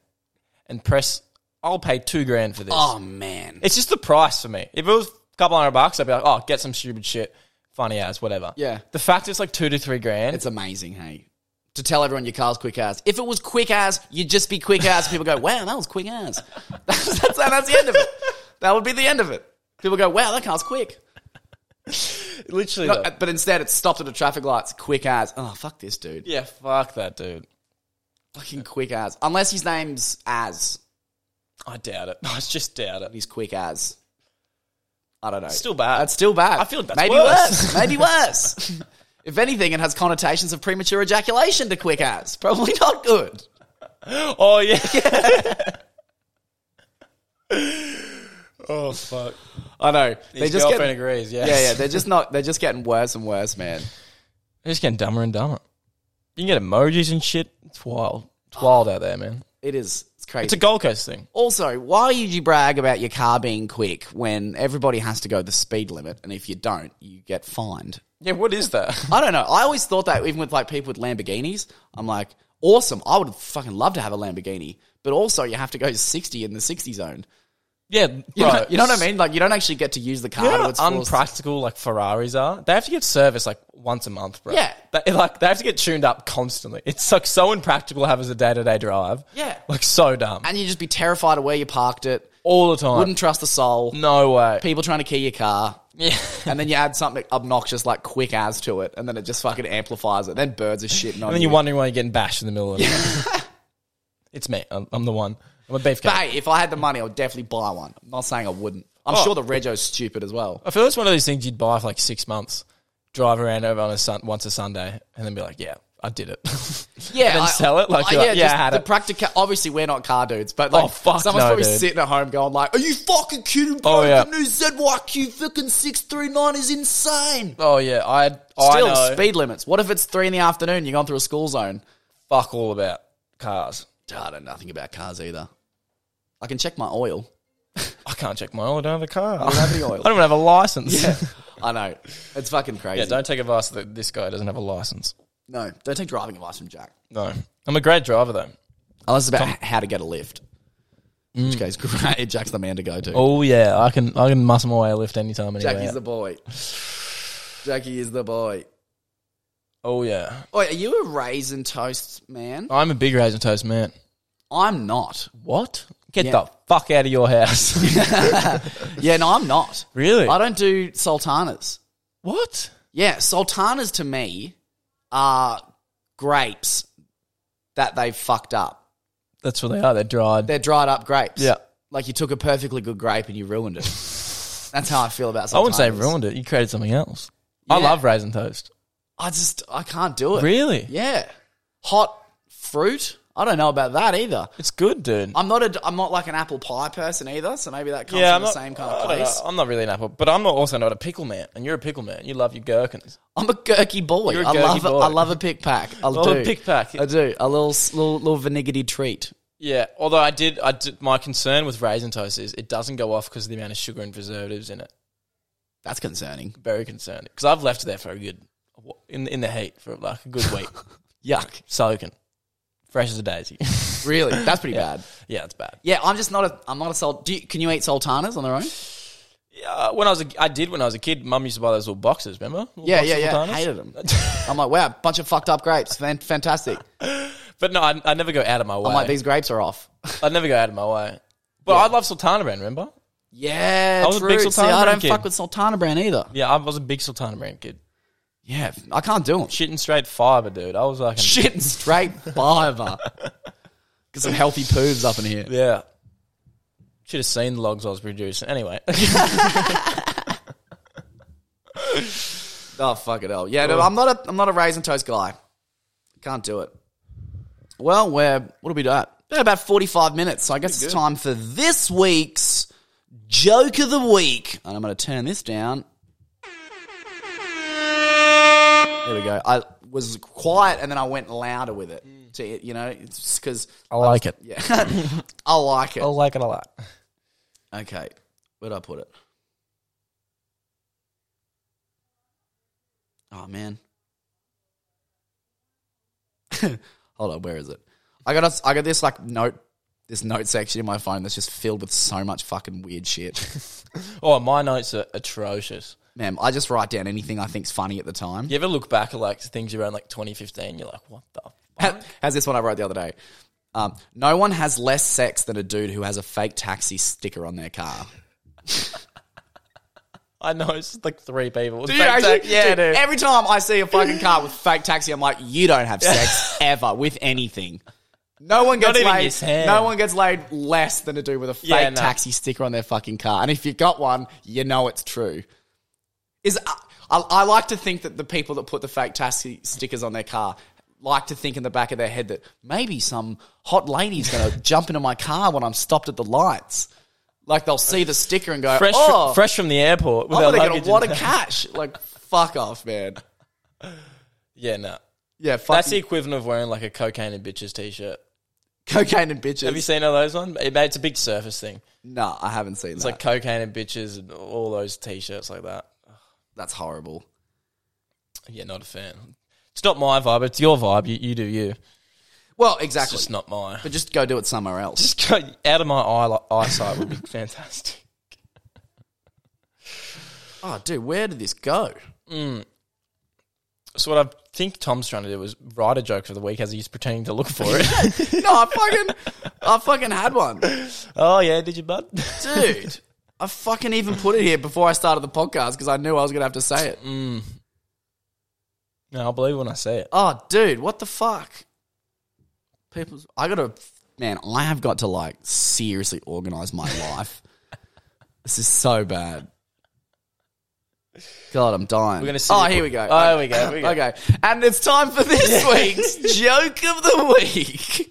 B: and press. I'll pay two grand for this.
A: Oh man.
B: It's just the price for me. If it was a couple hundred bucks, I'd be like, oh, get some stupid shit, funny ass, whatever.
A: Yeah.
B: The fact it's like two to three grand.
A: It's amazing, hey. To tell everyone your car's quick as. If it was quick as, you'd just be quick as. People go, wow, that was quick as. That's, *laughs* that's, that's the end of it. That would be the end of it. People go, wow, that car's quick.
B: literally.
A: But,
B: though.
A: but instead, it's stopped at a traffic lights, quick as. Oh, fuck this dude.
B: yeah, fuck that dude.
A: Fucking quick as. Unless his name's As.
B: I doubt it. *laughs* I just doubt it.
A: He's quick as. I don't know.
B: Still bad.
A: That's still bad.
B: I feel that's
A: maybe
B: worse.
A: Maybe worse. *laughs* if anything, it has connotations of premature ejaculation to quick as. Probably not good.
B: Oh
A: *laughs*
B: yeah. *laughs* oh fuck.
A: I know.
B: His
A: they just
B: girlfriend
A: get,
B: agrees. Yeah.
A: yeah, yeah. They're just not. They're just getting worse and worse, man.
B: *laughs* They're just getting dumber and dumber. You can get emojis and shit. It's wild. It's wild out there, man.
A: It is. It's crazy.
B: It's a Gold Coast thing.
A: also, why would you brag about your car being quick when everybody has to go the speed limit, and if you don't, you get fined?
B: Yeah. What is that?
A: I don't know. I always thought that even with like people with Lamborghinis, I'm like, awesome. I would fucking love to have a Lamborghini, but also you have to go 60 in the 60 zone.
B: *laughs* yeah,
A: You,
B: bro.
A: know, you know what I mean? Like you don't actually get to use the car.
B: You know
A: to
B: how
A: its fullest-
B: unpractical like Ferraris are. They have to get serviced like once a month, bro.
A: Yeah.
B: They, like they have to get tuned up constantly. It's like so impractical to have as a day to day drive.
A: Yeah.
B: Like so dumb.
A: and you just be terrified of where you parked it.
B: All the time.
A: Wouldn't trust the soul.
B: no way.
A: *laughs* People trying to key your car.
B: Mm. Yeah.
A: and then you add something obnoxious like quick as to it, and then it just fucking amplifies it. Then birds are shitting on
B: And then you're wondering why you're getting bashed in the middle of the night.
A: *laughs*
B: It's me. I'm, I'm the one. I'm a beefcake.
A: But hey, if I had the money, I would definitely buy one. I'm not saying I wouldn't. I'm
B: Oh.
A: sure the Rego's stupid as well.
B: I feel it's one of those things you'd buy for like six months, drive around over on a sun, once a Sunday, and then be like, yeah, I did it. *laughs*
A: Yeah,
B: then sell it, like, you're like, yeah, I had
A: the
B: it.
A: practical. Obviously, we're not car dudes, but like,
B: Oh, fuck
A: someone's
B: no,
A: probably
B: dude.
A: sitting at home going like, "Are you fucking kidding? Bro?
B: Oh, yeah.
A: The new ZYQ fucking six three nine is insane."
B: oh, yeah. I, I
A: Still,
B: know
A: speed limits. What if it's three in the afternoon? You're going through a school zone.
B: fuck all about cars.
A: I don't know nothing about cars either. I can check my
B: *laughs*
A: oil.
B: I can't check my oil. I don't have a car. *laughs* I don't
A: have any oil.
B: I don't even have a license. *laughs* Yeah,
A: I know it's fucking crazy.
B: don't take advice that this guy doesn't have a license.
A: no, don't take driving advice from Jack.
B: No. I'm a great driver, though.
A: Unless it's about h- how to get a lift. Which goes *laughs* great. Jack's the man to go to.
B: Mm. Oh, yeah. I can I can muscle my way a lift anytime, anywhere.
A: Jackie's the boy. Jackie is the boy.
B: oh, yeah.
A: Oi, are you a raisin toast man?
B: I'm a big raisin toast man.
A: I'm not.
B: What? Get
A: Yeah.
B: the fuck out of your house.
A: Yeah, no, I'm not.
B: *laughs* Really?
A: I don't do sultanas.
B: what?
A: Yeah, sultanas to me are grapes that they've fucked up.
B: That's what they are. They're dried.
A: They're dried up grapes.
B: Yeah.
A: Like you took a perfectly good grape and you ruined it. That's how I feel about
B: I
A: sultanas.
B: wouldn't say ruined it. You created something else. I
A: Yeah.
B: love raisin toast.
A: I just, I can't do it.
B: Really?
A: Yeah. Hot fruit? I don't know about that either.
B: It's good, dude.
A: I'm not a, I'm not like an apple pie person either, so maybe that comes
B: yeah,
A: from
B: I'm
A: the
B: not,
A: same kind of
B: I don't know.
A: place.
B: I'm not really an apple, but I'm not also not a pickle man. And you're a pickle man. You love your gherkins.
A: I'm a gherky boy.
B: You're a
A: I
B: gherky
A: love
B: boy.
A: I love a pick pack. I
B: love
A: do.
B: a pick pack.
A: I do. A little s- little little vinegary treat.
B: Yeah. Although I did, I did. My concern with raisin toast is it doesn't go off because of the amount of sugar and preservatives in it.
A: That's concerning.
B: Very concerned because I've left it there for a good in in the heat for like a good week,
A: *laughs* Yuck.
B: soaking. Fresh as
A: *laughs*
B: a daisy.
A: Really, that's pretty bad.
B: *laughs* yeah, it's bad.
A: Yeah, I'm just not a. I'm not a salt. Do you, can you eat sultanas on their own?
B: Uh, when I was, a, I did when I was a kid. Mum used to buy those little boxes. Remember? Little
A: Yeah,
B: boxes
A: yeah,
B: of
A: yeah.
B: bananas.
A: Hated them. I'm like, wow, bunch of fucked up grapes. Fan- fantastic.
B: *laughs* But no, I, I never go out of my way.
A: I'm like, these grapes are off.
B: I never go out of my way. But I love Sultana brand. Remember?
A: *laughs* Yeah,
B: I was a
A: true.
B: big
A: See,
B: Sultana
A: I don't
B: brand kid.
A: fuck with Sultana brand either.
B: Yeah, I was a big Sultana brand kid.
A: Yeah, I can't do them.
B: Shitting straight fiber, dude. I was like, an-
A: Shitting straight fiver. *laughs* Get some healthy poobs up in here.
B: yeah. Should have seen the logs I was
A: *laughs*
B: producing. Anyway,
A: Oh fuck it hell. Yeah, no, I'm not a I'm not a raisin toast guy. Can't do it. Well, we're what'll we do? at? Yeah, about 45 minutes. So I guess it's time for this week's joke of the week. And I'm going to turn this down. There we go. I was quiet and then I went louder with it. To, you know, it's because
B: I like it.
A: yeah, *laughs* I like it.
B: I like it a lot.
A: Okay, where'd I put it? Oh man, *laughs* hold on, where is it? I got a, I got this like note, this note section in my phone that's just filled with so much fucking weird shit.
B: Oh, my notes are atrocious.
A: Man, I just write down anything I think's funny at the time.
B: You ever look back at like things you wrote in like 2015? You're like, what the? Fuck?
A: Ha- How's this one I wrote the other day? Um, no one has less sex than a dude who has a fake taxi sticker on their car.
B: I know it's like three people.
A: Do you
B: Fake
A: actually-
B: tax- yeah,
A: dude,
B: dude.
A: Every time I see a fucking car with fake taxi, I'm like, you don't have sex ever with anything. No one gets
B: even
A: laid.
B: your hand.
A: No one gets laid less than a dude with a fake
B: Yeah, no.
A: taxi sticker on their fucking car. And if you got one, you know it's true. Is I, I, I like to think that the people that put the fake taxi stickers on their car like to think in the back of their head that maybe some hot lady's going to *laughs* jump into my car when I'm stopped at the lights. Like they'll see the sticker and go,
B: fresh,
A: oh,
B: fr- fresh from the airport. With
A: I'm
B: their
A: gonna
B: luggage
A: get a wad
B: *laughs* in-
A: of cash. Like, fuck off, man.
B: Yeah, no.
A: Yeah, fuck
B: That's the
A: you.
B: equivalent of wearing like a cocaine and bitches t-shirt.
A: cocaine and bitches.
B: Have you seen all those ones? It- It's a big surface thing.
A: no, I haven't seen
B: It's
A: that.
B: like cocaine and bitches and all those t-shirts like that.
A: That's horrible.
B: Yeah, not a fan. It's not my vibe. It's your vibe. You, you do you.
A: Well,
B: It's
A: exactly.
B: just not my.
A: but just go do it somewhere
B: *laughs*
A: else.
B: Just go out of my eye, li- eyesight would be *laughs* fantastic.
A: Oh, dude, where did this go?
B: So what I think Tom's trying to do is write a joke for the week as he's pretending to look for it. *laughs*
A: No, I fucking, I fucking had one,
B: oh yeah, did you bud?
A: dude. I fucking even put it here before I started the podcast because I knew I was gonna have to say it.
B: no, I'll believe when I say it.
A: Oh, dude, what the fuck? People's, I gotta, man, I have got to like seriously organize
B: *laughs*
A: my life. this is so bad. God, I'm dying.
B: We're gonna see
A: oh,
B: if
A: here
B: we-
A: we go.
B: Oh, here we go, here we go.
A: Okay, and it's time for this
B: *laughs*
A: week's joke of the week.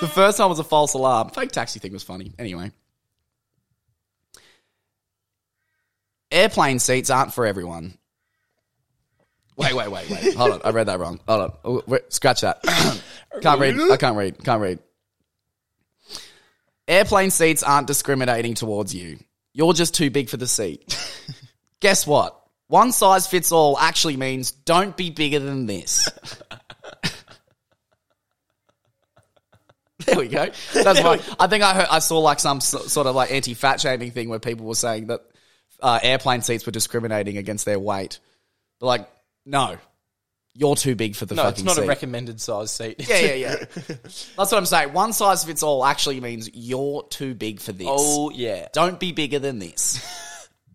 A: the first one was a false alarm. Fake taxi thing was funny. Anyway, airplane seats aren't for everyone. Wait, wait, wait, wait. Hold on, I read that wrong. Hold on, Oh, wait, scratch that. can't read. I can't read. Can't read. Airplane seats aren't discriminating towards you. You're just too big for the
B: *laughs*
A: seat. Guess what? One size fits all actually means don't be bigger than this. *laughs* there we go. That's why I think I heard, I saw like some so- sort of like anti-fat shaming thing where people were saying that uh, airplane seats were discriminating against their weight. But like, no, you're too big for the
B: No,
A: fucking
B: it's not
A: seat.
B: a recommended size seat.
A: Yeah, yeah, yeah. That's what I'm saying. One size fits all actually means you're too big for this.
B: Oh yeah.
A: Don't be bigger than this.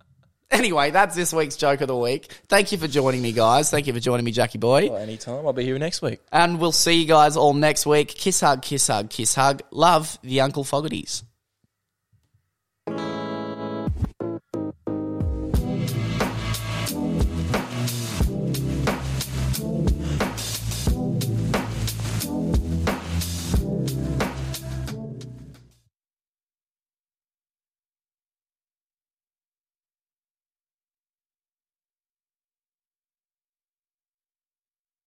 A: *laughs* anyway, that's this week's joke of the week. Thank you for joining me, guys. Thank you for joining me, Jackie Boy.
B: Anytime. I'll be here next week.
A: And we'll see you guys all next week. Kiss, hug, kiss, hug, kiss, hug. Love the Uncle Fogartys.